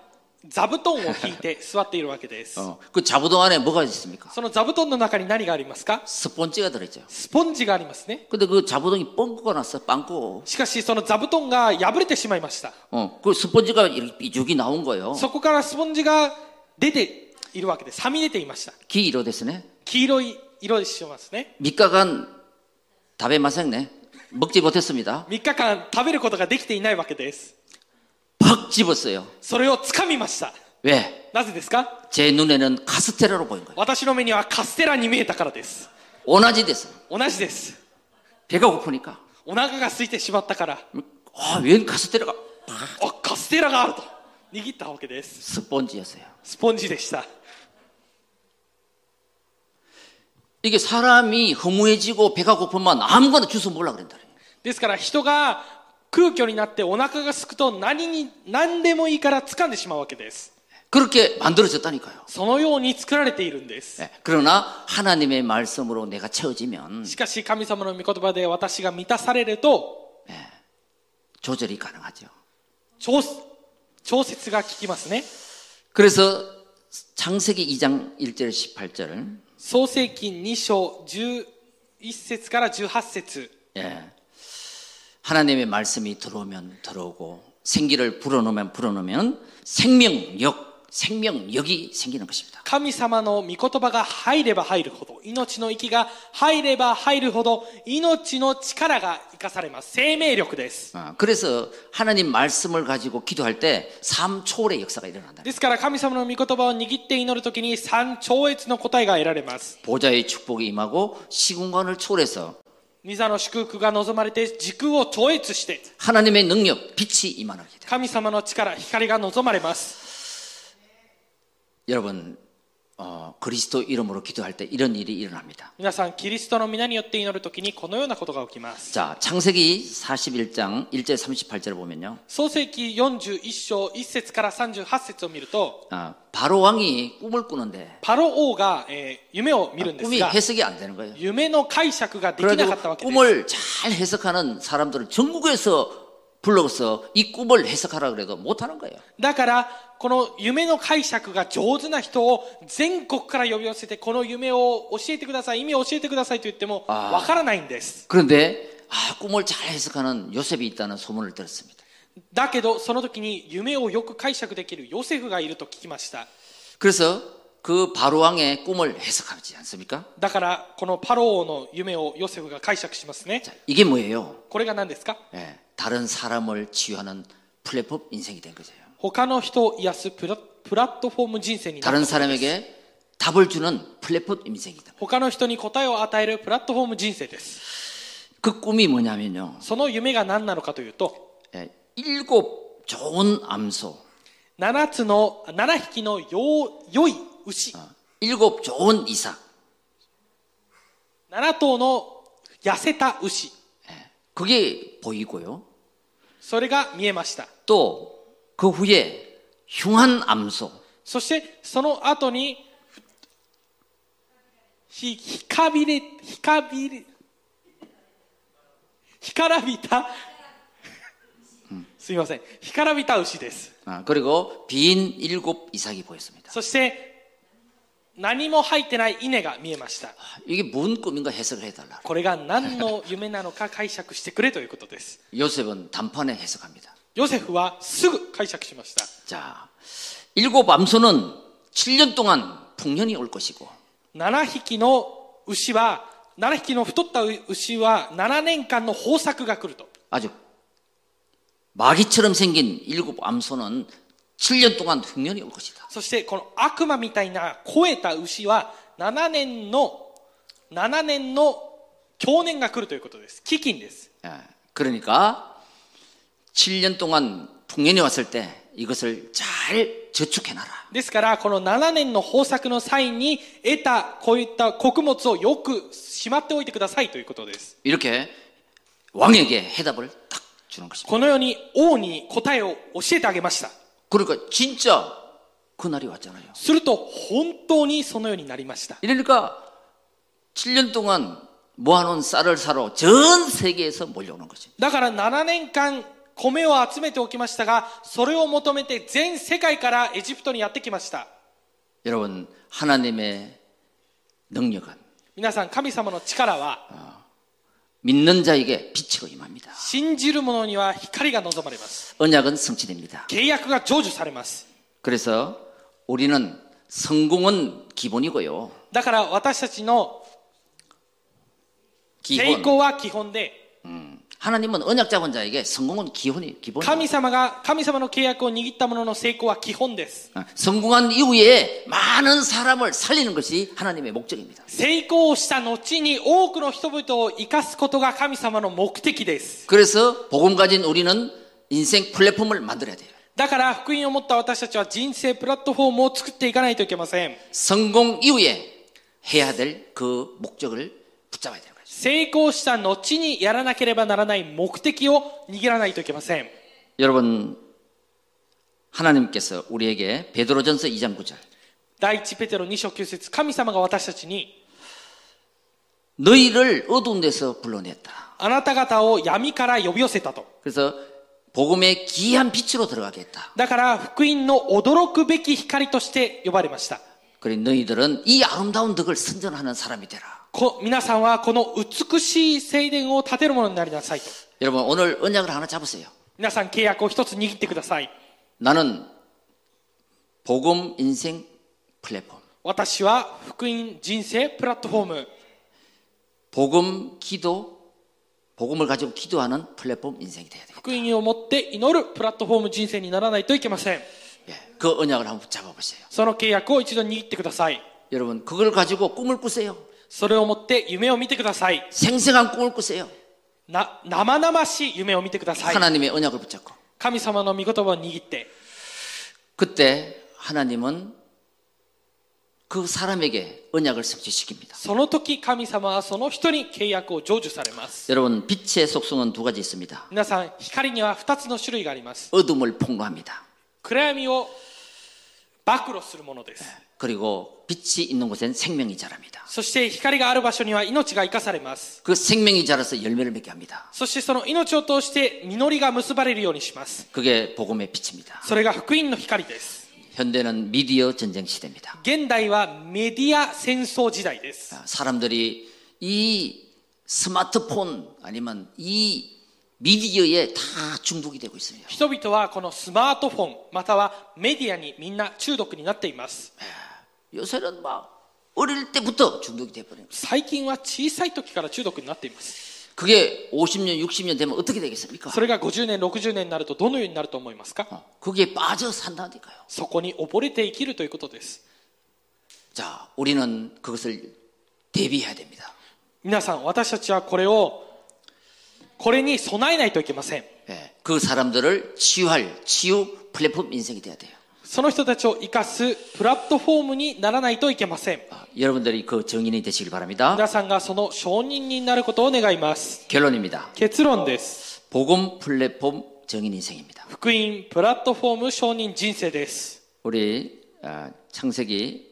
Speaker 2: 座布団を引いて座っているわけです
Speaker 1: 어, 그 자부동 안에 뭐가 있습니까?
Speaker 2: その座布団の中に何がありますか
Speaker 1: 스폰지가 들어있죠.
Speaker 2: スポンジがありますね
Speaker 1: 근데 그 자부동이 뻥꾸가 났어, 빵꾸.
Speaker 2: しかしその座布団が破れてしまいました
Speaker 1: 어, 그 스폰지가 이렇게 삐죽이 나온 거예요.
Speaker 2: そこからスポンジが出ているわけですはみ出ていました
Speaker 1: 기이로 됐으네.
Speaker 2: 黄色い色にしてますね
Speaker 1: 밑가간 답에 마생네. 먹지 못했습니다.
Speaker 2: 3日間食べることができていないわけです
Speaker 1: 팍 집었어요.
Speaker 2: それを掴みました
Speaker 1: 왜?
Speaker 2: なぜですか
Speaker 1: 제 눈에는 카스테라로 보인 거예요.
Speaker 2: 私の目にはカステラに見えたからです
Speaker 1: 오나지 됐어.
Speaker 2: 同じです
Speaker 1: 배가 고프니까.
Speaker 2: お腹が空いてしまったから
Speaker 1: 아, 웬 카스테라가
Speaker 2: あカステラがあると握ったわけです
Speaker 1: 스폰지였어요.
Speaker 2: スポンジでした
Speaker 1: 이게 사람이 허무해지고 배가 고프면 아무거나 주워 먹으려고 그런다. 그래요.
Speaker 2: ですから人が空虚になってお腹が空くと何に何でもいいから掴んでしまうわけです
Speaker 1: 그렇게 만들어졌다니까요.
Speaker 2: そのように作られているんです
Speaker 1: 예, 그러나 하나님의 말씀으로 내가 채워지면
Speaker 2: しかし神様の御言葉で私が満たされると
Speaker 1: 조절이 가능하죠.
Speaker 2: 調調節が効きますね
Speaker 1: 그래서 창세기 2장 1절 18절을
Speaker 2: 創世記2章11節から18節
Speaker 1: 하나님의 말씀이 들어오면 들어오고 생기를 불어넣으면 불어넣으면 생명력 생명력이 생기는 것입니다.
Speaker 2: 神様の御言葉が入れば入るほど命の息が入れば入るほど命の力が生かされます生命力です
Speaker 1: 아, 그래서 하나님 말씀을 가지고 기도할 때 3초월의 역사가 일어난다.
Speaker 2: ですから神様の御言葉を握って祈るときに三超越の答えが得られます
Speaker 1: 보좌의 축복이 임하고 시공간을 초월해서
Speaker 2: ミザの祝福が望まれて時空を超越して
Speaker 1: 하나님의 능력 빛이 임하게 됩니다.
Speaker 2: 神様の力光が望まれます
Speaker 1: 여러분 어, 그리스도 이름으로 기도할 때 이런 일이 일어납니다.
Speaker 2: 皆さんキリストの皆によって祈るときにこのようなことが起きます
Speaker 1: 자, 창세기 41장 1절 38절을 보면요.
Speaker 2: 創世記41章1節から38節を見ると
Speaker 1: 아, 바로 왕이 꿈을 꾸는데
Speaker 2: パロ王が、えー夢を見るんです
Speaker 1: 꿈이
Speaker 2: が
Speaker 1: 해석이 안 되는 거예요.
Speaker 2: 夢の解釈ができなかったわ
Speaker 1: 그래도
Speaker 2: けです。
Speaker 1: 꿈을 잘 해석하는 사람들을 전국에서 불러서 이 꿈을 해석하라 그래도 못 하는 거예요.
Speaker 2: だから、この夢の解釈が上手な人を全国から呼び寄せて、この夢を教えてください、意味を教えてくださいと言っても、
Speaker 1: あー
Speaker 2: わからないんです。
Speaker 1: 그런데 아, 꿈을 잘 해석하는 요셉이 있다는 소문을 들었습니다.
Speaker 2: だけど、その時に夢をよく解釈できるヨセフがいると聞きました。
Speaker 1: 그래서 그 바로 왕의 꿈을 해석하지 않습니까?
Speaker 2: だから、このパロ王の夢をヨセフが解釈しますね。
Speaker 1: 자, 이게 뭐예요?
Speaker 2: これが何ですか
Speaker 1: 예, 다른 사람을 치유하는 플랫폼 인생이 된 거죠.
Speaker 2: 他の人を癒すプラプラットフォーム人生になる
Speaker 1: 다른 사람에게 답을 주는 플랫폼 인생이다.
Speaker 2: 他の人に答えを与えるプラットフォーム人生です。
Speaker 1: 그 꿈이 뭐냐면요.
Speaker 2: その夢が何なのかというと、
Speaker 1: 예, 일곱 좋은 암소,
Speaker 2: 7つの、7匹のよう良い牛、
Speaker 1: 일곱 좋은 이삭,
Speaker 2: 7頭の痩せた牛、
Speaker 1: 그게 보이고요.
Speaker 2: それが見えました。
Speaker 1: 또 그 후에 흉한 암소,
Speaker 2: そして、その後に、ひ、ひかびれ、ひかびれ、ひからびた、すみません、ひからびた牛です。
Speaker 1: 아, 그리고 빈 일곱 이삭이 보였습니다.
Speaker 2: そして、何も入ってない稲が見えました。
Speaker 1: 아, 이게 뭔 꿈인가 해석을 해달라.
Speaker 2: これが何の夢なのか解釈してくれということです。
Speaker 1: 요셉은 단판에 해석합니다.
Speaker 2: ヨセフはすぐ解釈しました。
Speaker 1: 자, 일곱 암소는 7년 동안 풍년이 올 것이고,
Speaker 2: 7匹の牛は、7匹の太った牛は7年間の豊作が来ると。
Speaker 1: 아주 마귀처럼 생긴 일곱 암소는 7년 동안 흉년이 올 것이다.
Speaker 2: そしてこの悪魔みたいな肥えた牛は7年の7年の狂年が来るということです飢饉です
Speaker 1: 예, 그러니까 7년 동안 풍년이 왔을 때 이것을 잘 저축해놔라.
Speaker 2: ですからこの7年の豊作の際に得たこういった穀物をよくしまっておいてくださいということです
Speaker 1: 이렇게 왕에게 해답을 딱 주는 것입니다.
Speaker 2: このように王に答えを教えてあげました
Speaker 1: 그러니까 진짜 그날이 왔잖아요.
Speaker 2: すると本当にそのようになりました
Speaker 1: 이러니까 7년 동안 모아놓은 쌀을 사러 전 세계에서 몰려오는 것입니다.
Speaker 2: だから7年間米を集めておきましたがそれを求めて全世界からエジプトにやってきました
Speaker 1: 여러분 하나님의 능력은
Speaker 2: 皆さん神様の力は
Speaker 1: 믿는 자에게 빛이고 임합니다.
Speaker 2: 信じる者には光が望まれます
Speaker 1: 언약은 성취됩니다.
Speaker 2: 契約が成就されます
Speaker 1: 그래서 우리는 성공은 기본이고요.
Speaker 2: だから私たちの成
Speaker 1: 기본.
Speaker 2: 功は基本で
Speaker 1: 하나님은 언약 잡은 자에게 성공은 기본이 기본이.
Speaker 2: 神様が神様の契約を握った者の成功は基本です
Speaker 1: 어, 성공한 이후에 많은 사람을 살리는 것이 하나님의 목적입니다.
Speaker 2: 成功した後に多くの人々を生かすことが神様の目的です
Speaker 1: 그래서 복음 가진 우리는 인생 플랫폼을 만들어야 돼요.
Speaker 2: だから福音を持った私たちは人生プラットフォームを作っていかないといけません
Speaker 1: 성공 이후에 해야 될 그 목적을 붙잡아야 되는 거죠.
Speaker 2: 成功した後にやらなければならない目的を握らないといけません
Speaker 1: 여러분 하나님께서 우리에게 베드로전서 2장 9절
Speaker 2: 第一ペテロ2章9節神様が私たちに
Speaker 1: 너희를 어두운 데서 불러냈다.
Speaker 2: あなた方を闇から呼び寄せたと
Speaker 1: 그래서 복음의 기이한 빛으로 들어가겠다.
Speaker 2: だから福音の驚くべき光として呼ばれました
Speaker 1: 그래 너희들은 이 아름다운 덕을 선전하는 사람이 되라.
Speaker 2: こ皆さんはこの美しい聖殿を建てるものになりなさいと
Speaker 1: 여러분 오늘 언약을 하나 잡으세요.
Speaker 2: 皆さん契約を一つ握ってください
Speaker 1: 나는 복음 인생 플랫폼,
Speaker 2: 私は福音人生プラットフォーム
Speaker 1: 복음 기도, 복음을 가지고 기도하는 플랫폼 인생이 돼야 돼요.
Speaker 2: 福音を持って祈るプラットフォーム人生にならないといけません
Speaker 1: 예, 그 언약을 한번 잡아보세요.
Speaker 2: その契約を一度握ってください
Speaker 1: 여러분 그걸 가지고 꿈을 꾸세요.
Speaker 2: それを持って夢を見てください
Speaker 1: 생생한 꿈을 꾸세요.
Speaker 2: な生々しい夢を見てください
Speaker 1: 하나님의 언약을 붙잡고
Speaker 2: 神様の御言葉を握って
Speaker 1: 그때 하나님은 그 사람에게 언약을 성취시킵니다.
Speaker 2: その時神様はその人に契約を成就されます
Speaker 1: 여러분 빛의 속성은 두 가지 있습니다.
Speaker 2: 皆さん光には2つの種類があります
Speaker 1: 어둠을 폭로합니다.
Speaker 2: 暗闇を暴露するものです
Speaker 1: 그리고 빛이 있는 곳엔 생명이 자랍니다.
Speaker 2: そして光がある場所には命が生かされます
Speaker 1: 그 생명이 자라서 열매를 맺게 합니다.
Speaker 2: そしてその命を通して実りが結ばれるようにします
Speaker 1: 그게 복음의 빛입니다.
Speaker 2: それが福音の光です
Speaker 1: 현대는 미디어 전쟁 시대입니다.
Speaker 2: 現代はメディア戦争時代です
Speaker 1: 사람들이 이 스마트폰 아니면 이 미디어에 다 중독이 되고 있습니다.
Speaker 2: 人々はこのスマートフォンまたはメディアにみんな中毒になっています
Speaker 1: 요새는 막 어릴 때부터 중독이 돼버려요.
Speaker 2: 最近は小さい時から中毒になっています
Speaker 1: 그게 50년, 60년 되면 어떻게 되겠습니까?
Speaker 2: それが50年60年になるとどのようになると思いますか
Speaker 1: 어, 거기에 빠져 산다니까요.
Speaker 2: そこに溺れて生きるということです
Speaker 1: 자, 우리는 그것을 대비해야 됩니다.
Speaker 2: 皆さん私たちはこれをこれに備えないといけません
Speaker 1: 예, 그 사람들을 치유할 치유 플랫폼 인생이 돼야 돼요.
Speaker 2: その人たちを生かすプラットフォームにならないといけません
Speaker 1: 아, 여러분들이 그 정인이 되시길 바랍니다.
Speaker 2: 皆さんがその承認になることを願います
Speaker 1: 결론입니다.
Speaker 2: 結論です
Speaker 1: 복음 플랫폼 정인 인생입니다.
Speaker 2: 福音プラットフォーム承認人生です
Speaker 1: 우리 아, 창세기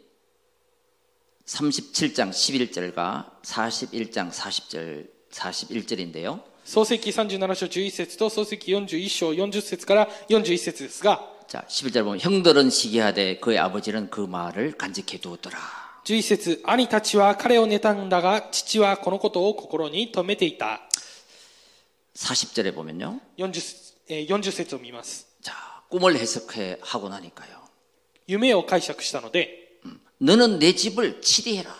Speaker 1: 37장 11절과 41장 40절 41절인데요.
Speaker 2: 創世記37章11節と創世記41章40節から41節ですが
Speaker 1: 자, 11절 보면 형들은 시기하되 그의 아버지는 그 말을 간직해 두었더라.
Speaker 2: 11節兄たちは彼を妬んだが父はこのことを心に留めていた
Speaker 1: 40절에 보면요.
Speaker 2: 40節,、えー40節を見ます
Speaker 1: 자, 꿈을 해석해 하고 나니까요.
Speaker 2: 夢を解釈したので
Speaker 1: 너는 내 집을 치리해라.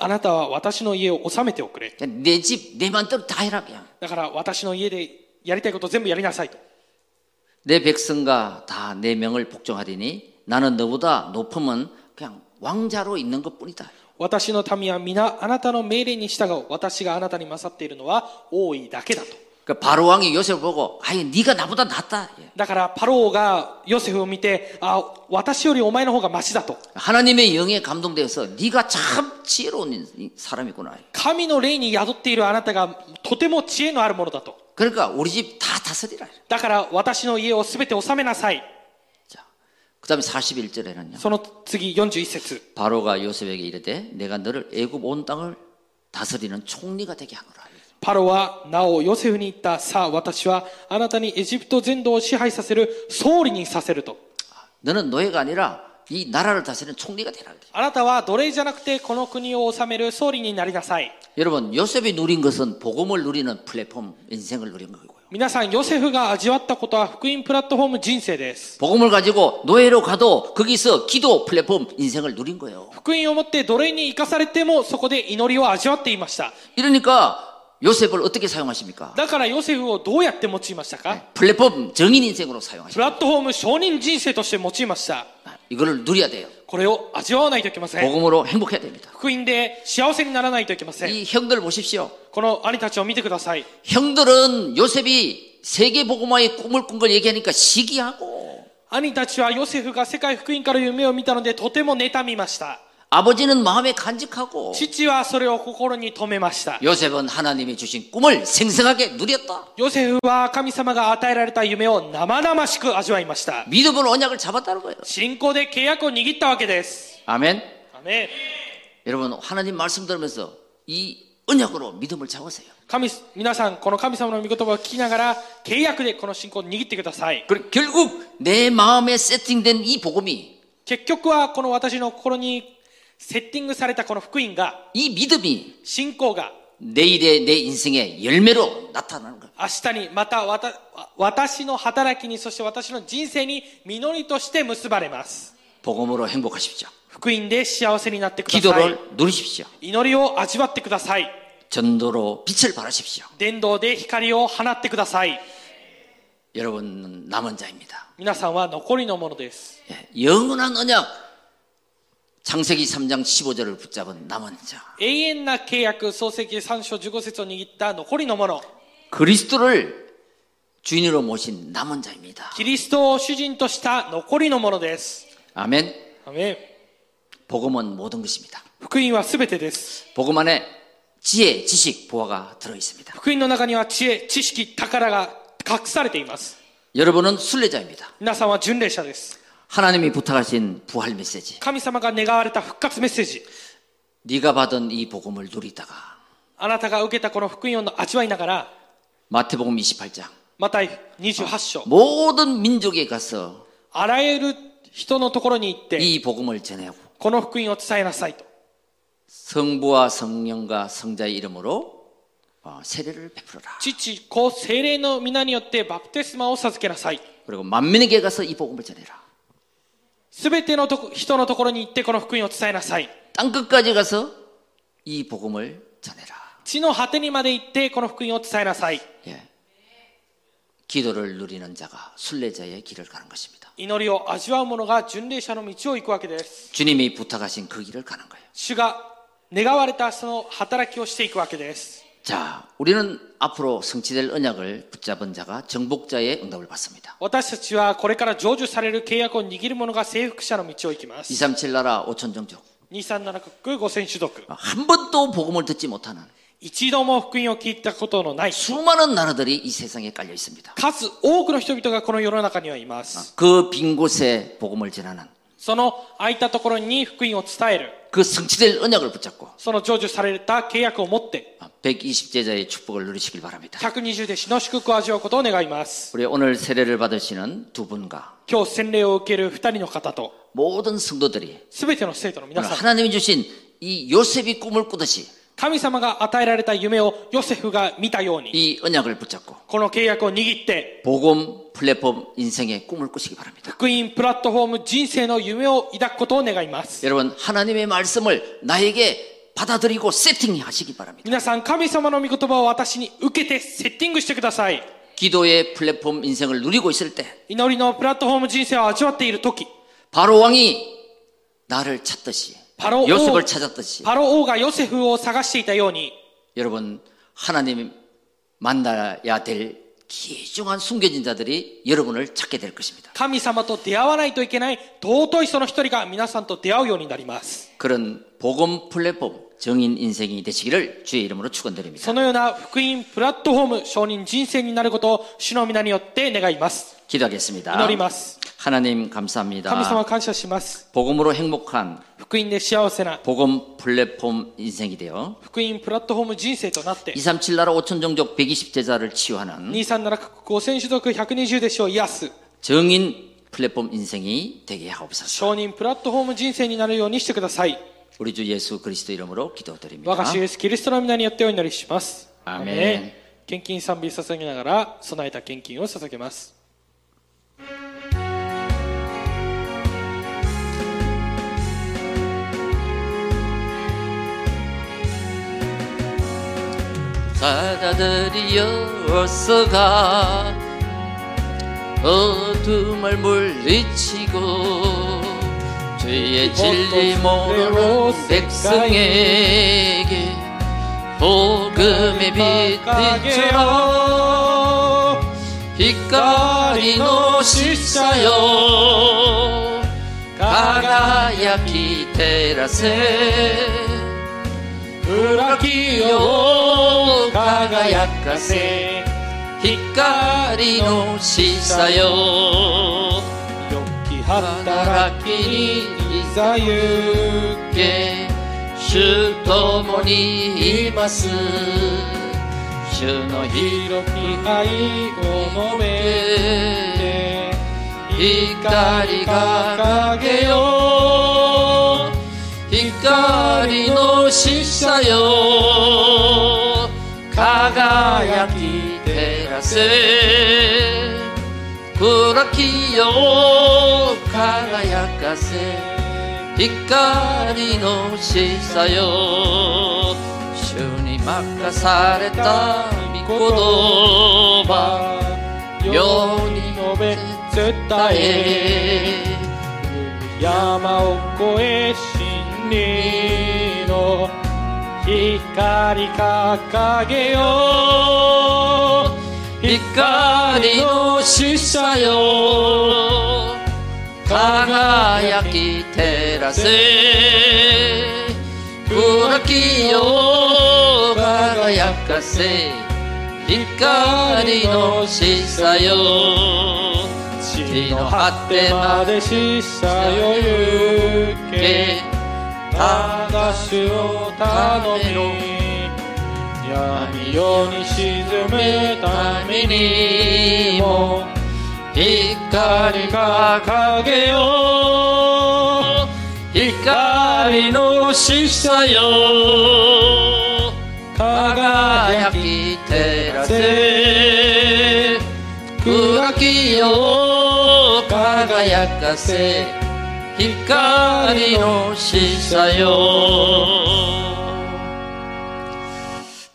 Speaker 2: あなたは私の家を治めておくれ
Speaker 1: 그냥 내 집, 내 맘대로 다 해라 그냥.
Speaker 2: だから私の家でやりたいこと全部やりなさいと
Speaker 1: 내 백성과 다 내 명을 복종하리니 나는 너보다 높음은 그냥 왕자로 있는 것뿐이다.
Speaker 2: 私の民は皆あなたの命令に従う私があなたに勝っているのは多いだけだと
Speaker 1: 그러니까 바로 왕이 요셉을 보고 아니 네가 나보다 낫다. 예.
Speaker 2: だからパローがヨセフを見てあ私よりお前の方がマシだと
Speaker 1: 하나님의 영에 감동되어서 네가 참 지혜로운 인- 사람이구나.
Speaker 2: 神の霊に宿っているあなたがとても知恵のあるものだと
Speaker 1: 그러니까 우리 집 다 다스리라.
Speaker 2: だから私の家をすべて治めなさい
Speaker 1: 자, 그다음에 41절에는요.
Speaker 2: その次41節
Speaker 1: 바로가 요셉에게 이르되 내가 너를 애굽 온 땅을 다스리는 총리가 되게 하노라.
Speaker 2: パロはなおヨセフに言ったさあ私はあなたにエジプト全土を支配させる総理にさせると
Speaker 1: 너는 노예가 아니라 이 나라를 다스리는 총리가 되라. 그래요.
Speaker 2: あなたは奴隷じゃなくてこの国を治める総理になりなさい
Speaker 1: 여러분 요셉이 누린 것은 복음을 누리는 플랫폼 인생을 누린 거고요.
Speaker 2: 皆さんヨセフが味わったことは福音プラットフォーム人生です
Speaker 1: 복음을 가지고 노예로 가도 거기서 기도 플랫폼 인생을 누린 거예요.
Speaker 2: 福音を持って奴隷に生かされてもそこで祈りを味わっていました
Speaker 1: 이러니까 요셉을 어떻게 사용하십니까?
Speaker 2: だからヨセフをどうやって用いましたか
Speaker 1: 플랫폼 정인 인생으로
Speaker 2: プ
Speaker 1: 사용하십니다.
Speaker 2: ラットフォーム承認人生として用いました
Speaker 1: 이거를 누려야 돼요.
Speaker 2: これを味わわないといけません
Speaker 1: 복음으로 행복해야 됩니다.
Speaker 2: 福音で幸せにならないといけません
Speaker 1: 이 형들 보십시오.
Speaker 2: この兄たちを見てください
Speaker 1: 형들은 요셉이 세계 복음화의 꿈을 꾼 걸 얘기하니까 시기하고
Speaker 2: 兄たちはヨセフが世界福音から夢を見たのでとても妬みました。
Speaker 1: 아버지는 마음에 간직하고
Speaker 2: 父はそれを心に留めました。
Speaker 1: 요셉은 하나님이 주신 꿈을 생생하게 누렸다.
Speaker 2: ヨセフは神様が与えられた夢を生々しく味わいました。
Speaker 1: 믿음으로 언약을 잡았다는 거예요.
Speaker 2: 信仰で契約を握ったわけです。
Speaker 1: 아멘.
Speaker 2: アメン
Speaker 1: 여러분 하나님 말씀 들으면서 이 언약으로 믿음을 잡으세요.
Speaker 2: 神皆さん、この神様の御言葉を聞きながら、契約でこの信仰を握ってください。
Speaker 1: 그리고 결국 내 마음에 세팅된 이 복음이
Speaker 2: 結局は、この私の心にセッティングされたこの福音が、
Speaker 1: 이 믿음이
Speaker 2: 信仰が、
Speaker 1: 내일의 내 인생의 열매로 나타나는 거예요.
Speaker 2: 明日に、またわた私の働きに、そして私の人生に、実りとして結ばれます。
Speaker 1: 복음으로 행복하십시오.
Speaker 2: 福音で幸せになってください。
Speaker 1: 기도를 누리십시오.
Speaker 2: 祈りを味わってください。
Speaker 1: 전도로 빛을 발하십시오.
Speaker 2: 伝道で光を放ってください。
Speaker 1: 여러분은 남은 자입니다.
Speaker 2: 皆さんは残りのものです。
Speaker 1: 예, 영원한 언약 창세기 3장 15절을 붙잡은 남은 자.
Speaker 2: 永遠な契約、創世記3章15節を握った残りのもの。
Speaker 1: 그리스도를 주인으로 모신 남은 자입니다.
Speaker 2: キリストを主人とした残りのものです。
Speaker 1: 아멘.
Speaker 2: アメン
Speaker 1: 복음은 모든 것입니다.
Speaker 2: 福音はすべてです。
Speaker 1: 복음 안에 지혜, 지식, 보화가 들어 있습니다.
Speaker 2: 福音の中には知恵、知識、宝が隠されています。
Speaker 1: 여러분은 순례자입니다.
Speaker 2: 皆さんは巡礼者です。
Speaker 1: 하나님이 부탁하신 부활 메시지.
Speaker 2: 神様が願われた復活メッセージ。
Speaker 1: 네가 받은 이 복음을 누리다가
Speaker 2: あなたが受けたこの福音を味わいながら、
Speaker 1: 마태복음 28장
Speaker 2: また28章。
Speaker 1: 모든 민족에 가서
Speaker 2: あらゆる人のところに行って、
Speaker 1: 이 복음을 전하고
Speaker 2: この福音を伝えなさいと。
Speaker 1: 성부와 성령과 성자의 이름으로 어, 세례를 베풀어라.
Speaker 2: 父、子、精霊の皆によってバプテスマを授けなさい。
Speaker 1: 그리고 만민에게 가서 이 복음을 전해라.
Speaker 2: すべてのとこ人のところに行ってこの福音を伝えなさい。
Speaker 1: 땅 끝까지 가서 이 복음을 전해라.
Speaker 2: 地の果てにまで行ってこの福音を伝えなさい。
Speaker 1: 예. 기도를 누리는 자가 순례자의 길을 가는 것입니다.
Speaker 2: 祈りを味わう者が巡礼者の道を行くわけです。
Speaker 1: 주님이 부탁하신 그 길을 가는 거예요.
Speaker 2: 主が願われたその働きをしていくわけです。
Speaker 1: 자, 우리는 앞으로 성취될 언약을 붙잡은 자가 정복자의 응답을 받습니다.
Speaker 2: 私たちはこれから成就される契約を握る者が征服者の道を行きます。
Speaker 1: 237 나라 5천 종족.
Speaker 2: 237国5000種族。
Speaker 1: 한 번도 복음을 듣지 못하는
Speaker 2: 一度も福音を聞いたことのない。
Speaker 1: 수많은 나라들이 이 세상에 깔려 있습니다.
Speaker 2: 数多くの人々がこの世の中にはいます。
Speaker 1: 그 빈 곳에 복음을 전하는
Speaker 2: その空いたところに福音を伝える。
Speaker 1: 그 성취될 언약을 붙잡고
Speaker 2: その成就された契約を持って、
Speaker 1: 120제자의 축복을 누리시길 바랍니다.
Speaker 2: 120弟子の祝福を味わうことを願います。
Speaker 1: 우리 오늘 세례를 받으시는 두 분과
Speaker 2: 今日洗礼を受ける二人の方と、
Speaker 1: 모든 성도들이
Speaker 2: すべての生徒の皆
Speaker 1: 오늘
Speaker 2: さ
Speaker 1: 그러니까
Speaker 2: ん、
Speaker 1: 하나님이 주신 이 요셉이 꿈을 꾸듯이
Speaker 2: 神様が与えられた夢をヨセフが見たように、
Speaker 1: 이 언약을 붙잡고
Speaker 2: この契約を握って、
Speaker 1: 복음 플랫폼 인생의 꿈을 꾸시기 바랍니다.
Speaker 2: 福音プラットフォーム人生の夢を抱くことを願います。
Speaker 1: 여러분 하나님의 말씀을 나에게 받아들이고 세팅하시기 바랍니다.
Speaker 2: 皆さん、神様の御言葉を私に受けてセッティングしてください。
Speaker 1: 기도의 플랫폼 인생을 누리고 있을 때
Speaker 2: 祈りのプラットフォーム人生を味わっている時、
Speaker 1: 바로 왕이 나를 찾듯이
Speaker 2: 바로 오-
Speaker 1: 요셉을 찾았듯이
Speaker 2: 바로 오가 요세프を探していたように
Speaker 1: 여러분 하나님 만나야 될 귀중한 숨겨진 자들이 여러분을 찾게 될 것입니다.
Speaker 2: 神様と出会わないといけない尊いその一人が皆さんと出会うようになります
Speaker 1: 그런 복음 플랫폼 정인 인생이 되시기를 주의 이름으로 축원드립니다.
Speaker 2: そのような福音プラットフォーム承認人生になることを主の皆によって願います
Speaker 1: 기도하겠습니다.
Speaker 2: 祈ります
Speaker 1: 하나님
Speaker 2: 神様
Speaker 1: 감사합니다.
Speaker 2: 感謝します
Speaker 1: 복음으로 행복한
Speaker 2: 福音で幸せな
Speaker 1: 복음 플랫폼 인생이 되어
Speaker 2: 福音プラットフォーム人生となって
Speaker 1: 237 나라 5천 종족 120 제자를 치유하는
Speaker 2: 237カ国5000種族120弟子を癒す
Speaker 1: 정인 플랫폼 인생이 되게 하옵소서.
Speaker 2: 承認プラットフォーム人生になるようにしてください
Speaker 1: 우리 주 예수 그리스도 이름으로
Speaker 2: 我
Speaker 1: 기도드립니다.
Speaker 2: が主イエスキリストの皆によってお祈りします
Speaker 1: アーメン
Speaker 2: ン献金賛美捧げながら備えた献金を捧げます
Speaker 1: 사자들이여서가 어둠을 물리치고 주의 진리 모르는 백성에게 복음의 빛처럼 빛깔이 노시사여 가가야키 테라세
Speaker 2: 裏木
Speaker 1: を輝かせ光のしさよ
Speaker 2: 良き
Speaker 1: 働きにいざ
Speaker 2: ゆ
Speaker 1: け主ともにいます主の広
Speaker 2: き愛を述
Speaker 1: げ光がけよ光のしさよ輝き照らせ暗きよ輝かせ光のしさよ主に任された御言葉
Speaker 2: 世に述べ伝え
Speaker 1: え
Speaker 2: 山を越え真理の光掲げよう
Speaker 1: 光のしさよ輝き照らせ暗きよ輝かせ光のしさよ
Speaker 2: 地の果てまで死者よ行けただ主を頼み闇夜に沈むためにも
Speaker 1: 光
Speaker 2: 光が掲げよう
Speaker 1: 光のしさよ輝
Speaker 2: 輝き
Speaker 1: き照らせ暗きを輝かせ光のしさよ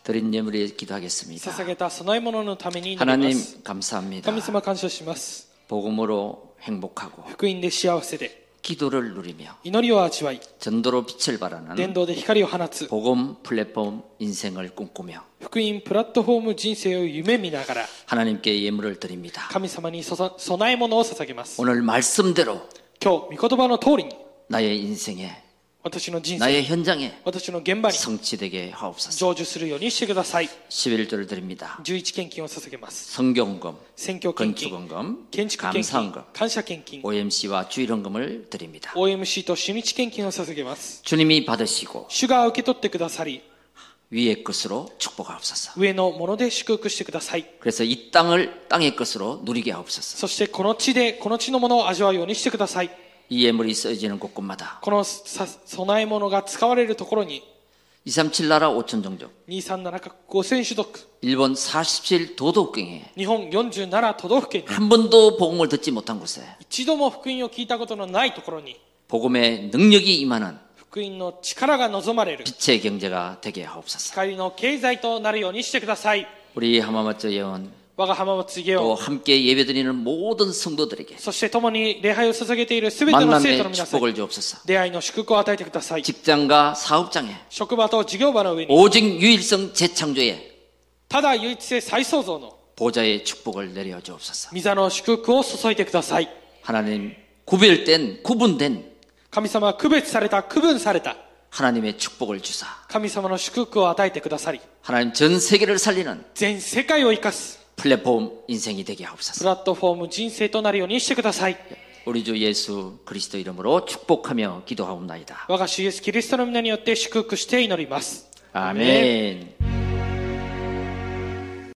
Speaker 1: 드린예물에 기도하겠습니다.
Speaker 2: 捧げた供え物のために祈りま
Speaker 1: 하나님
Speaker 2: す
Speaker 1: 감사합니다.
Speaker 2: 神様感謝します
Speaker 1: 복음으로 행복하고
Speaker 2: 福音で幸せで
Speaker 1: 기도를 누리며
Speaker 2: 祈りを味わい
Speaker 1: 전도로 빛을
Speaker 2: 伝
Speaker 1: 발하는
Speaker 2: 道で光を放つ
Speaker 1: 복음 플랫폼 인생을 꿈꾸며
Speaker 2: 福音プラットフォーム人生を夢見ながら
Speaker 1: 하나님께 예물을 드립니다.
Speaker 2: 神様にそそ供え物を捧げます
Speaker 1: 오늘 말씀대로
Speaker 2: 今日御言葉の通りに
Speaker 1: 나의 인생에
Speaker 2: 私の人生
Speaker 1: 나의 현장에
Speaker 2: 私の現場に
Speaker 1: 성취되게 하옵소서.
Speaker 2: 成就するようにしてください
Speaker 1: 11조를 드립니다.
Speaker 2: 11献金を捧げます
Speaker 1: 성경금,
Speaker 2: 選挙献金
Speaker 1: 건축원금,
Speaker 2: 建築献金
Speaker 1: 감사원금,
Speaker 2: 感謝献金
Speaker 1: OMC와 주일원금을 드립니다.
Speaker 2: OMC と主日献金を捧げます
Speaker 1: 주님이 받으시고
Speaker 2: 主が受け取ってくださり
Speaker 1: 위의 것으로 축복하옵소서.
Speaker 2: 上のもので祝福してください
Speaker 1: 그래서 이 땅을 땅의 것으로 누리게 하옵소서.
Speaker 2: そしてこの地でこの地のものを味わうようにしてください
Speaker 1: 이 예물이 쓰여지는 곳곳마다
Speaker 2: このさ供え物が使われるところに
Speaker 1: 237 나라 5천 종족,
Speaker 2: 237か5000種族
Speaker 1: 일본 47 도덕경에
Speaker 2: 日本47都道府県に
Speaker 1: 한 번도 복음을 듣지 못한 곳에
Speaker 2: 一度も福音を聞いたことのないところに
Speaker 1: 복음의 능력이 임하는
Speaker 2: 福音の力が望まれる
Speaker 1: 빛의 경제가 되게 하옵소서.
Speaker 2: 光の経済となるようにしてください
Speaker 1: 우리 하마마트 예원
Speaker 2: 我が浜松ゲ
Speaker 1: 또
Speaker 2: オン
Speaker 1: 함께 예배드리는 모든 성도들에게
Speaker 2: そして共に礼拝を捧げている全ての生徒の
Speaker 1: 만남의
Speaker 2: 皆さん
Speaker 1: 축복을 주옵소서.
Speaker 2: 出会いの祝福を与えてください
Speaker 1: 직장과 사업장에
Speaker 2: 職場と事業場の上に
Speaker 1: 오직 유일성 재창조의
Speaker 2: ただ唯一性再創造の
Speaker 1: 보좌의 축복을 내려 주옵소서.
Speaker 2: 御座の祝福を注いでください
Speaker 1: 하나님 구별된 구분된
Speaker 2: 神様は区別された区分された
Speaker 1: 하나님의 축복을 주사
Speaker 2: 神様の祝福を与えてくださり
Speaker 1: 하나님 전 세계를 살리는
Speaker 2: 全世界を生かす
Speaker 1: 플랫폼 인생이 되게
Speaker 2: プ
Speaker 1: 하옵소서.
Speaker 2: ラットフォーム人生となるようにしてください
Speaker 1: 우리 주 예수 그리스도 이름으로 축복하며 기도하옵나이다.
Speaker 2: 我が主イエスキリストの皆によって祝福して祈ります
Speaker 1: 아멘.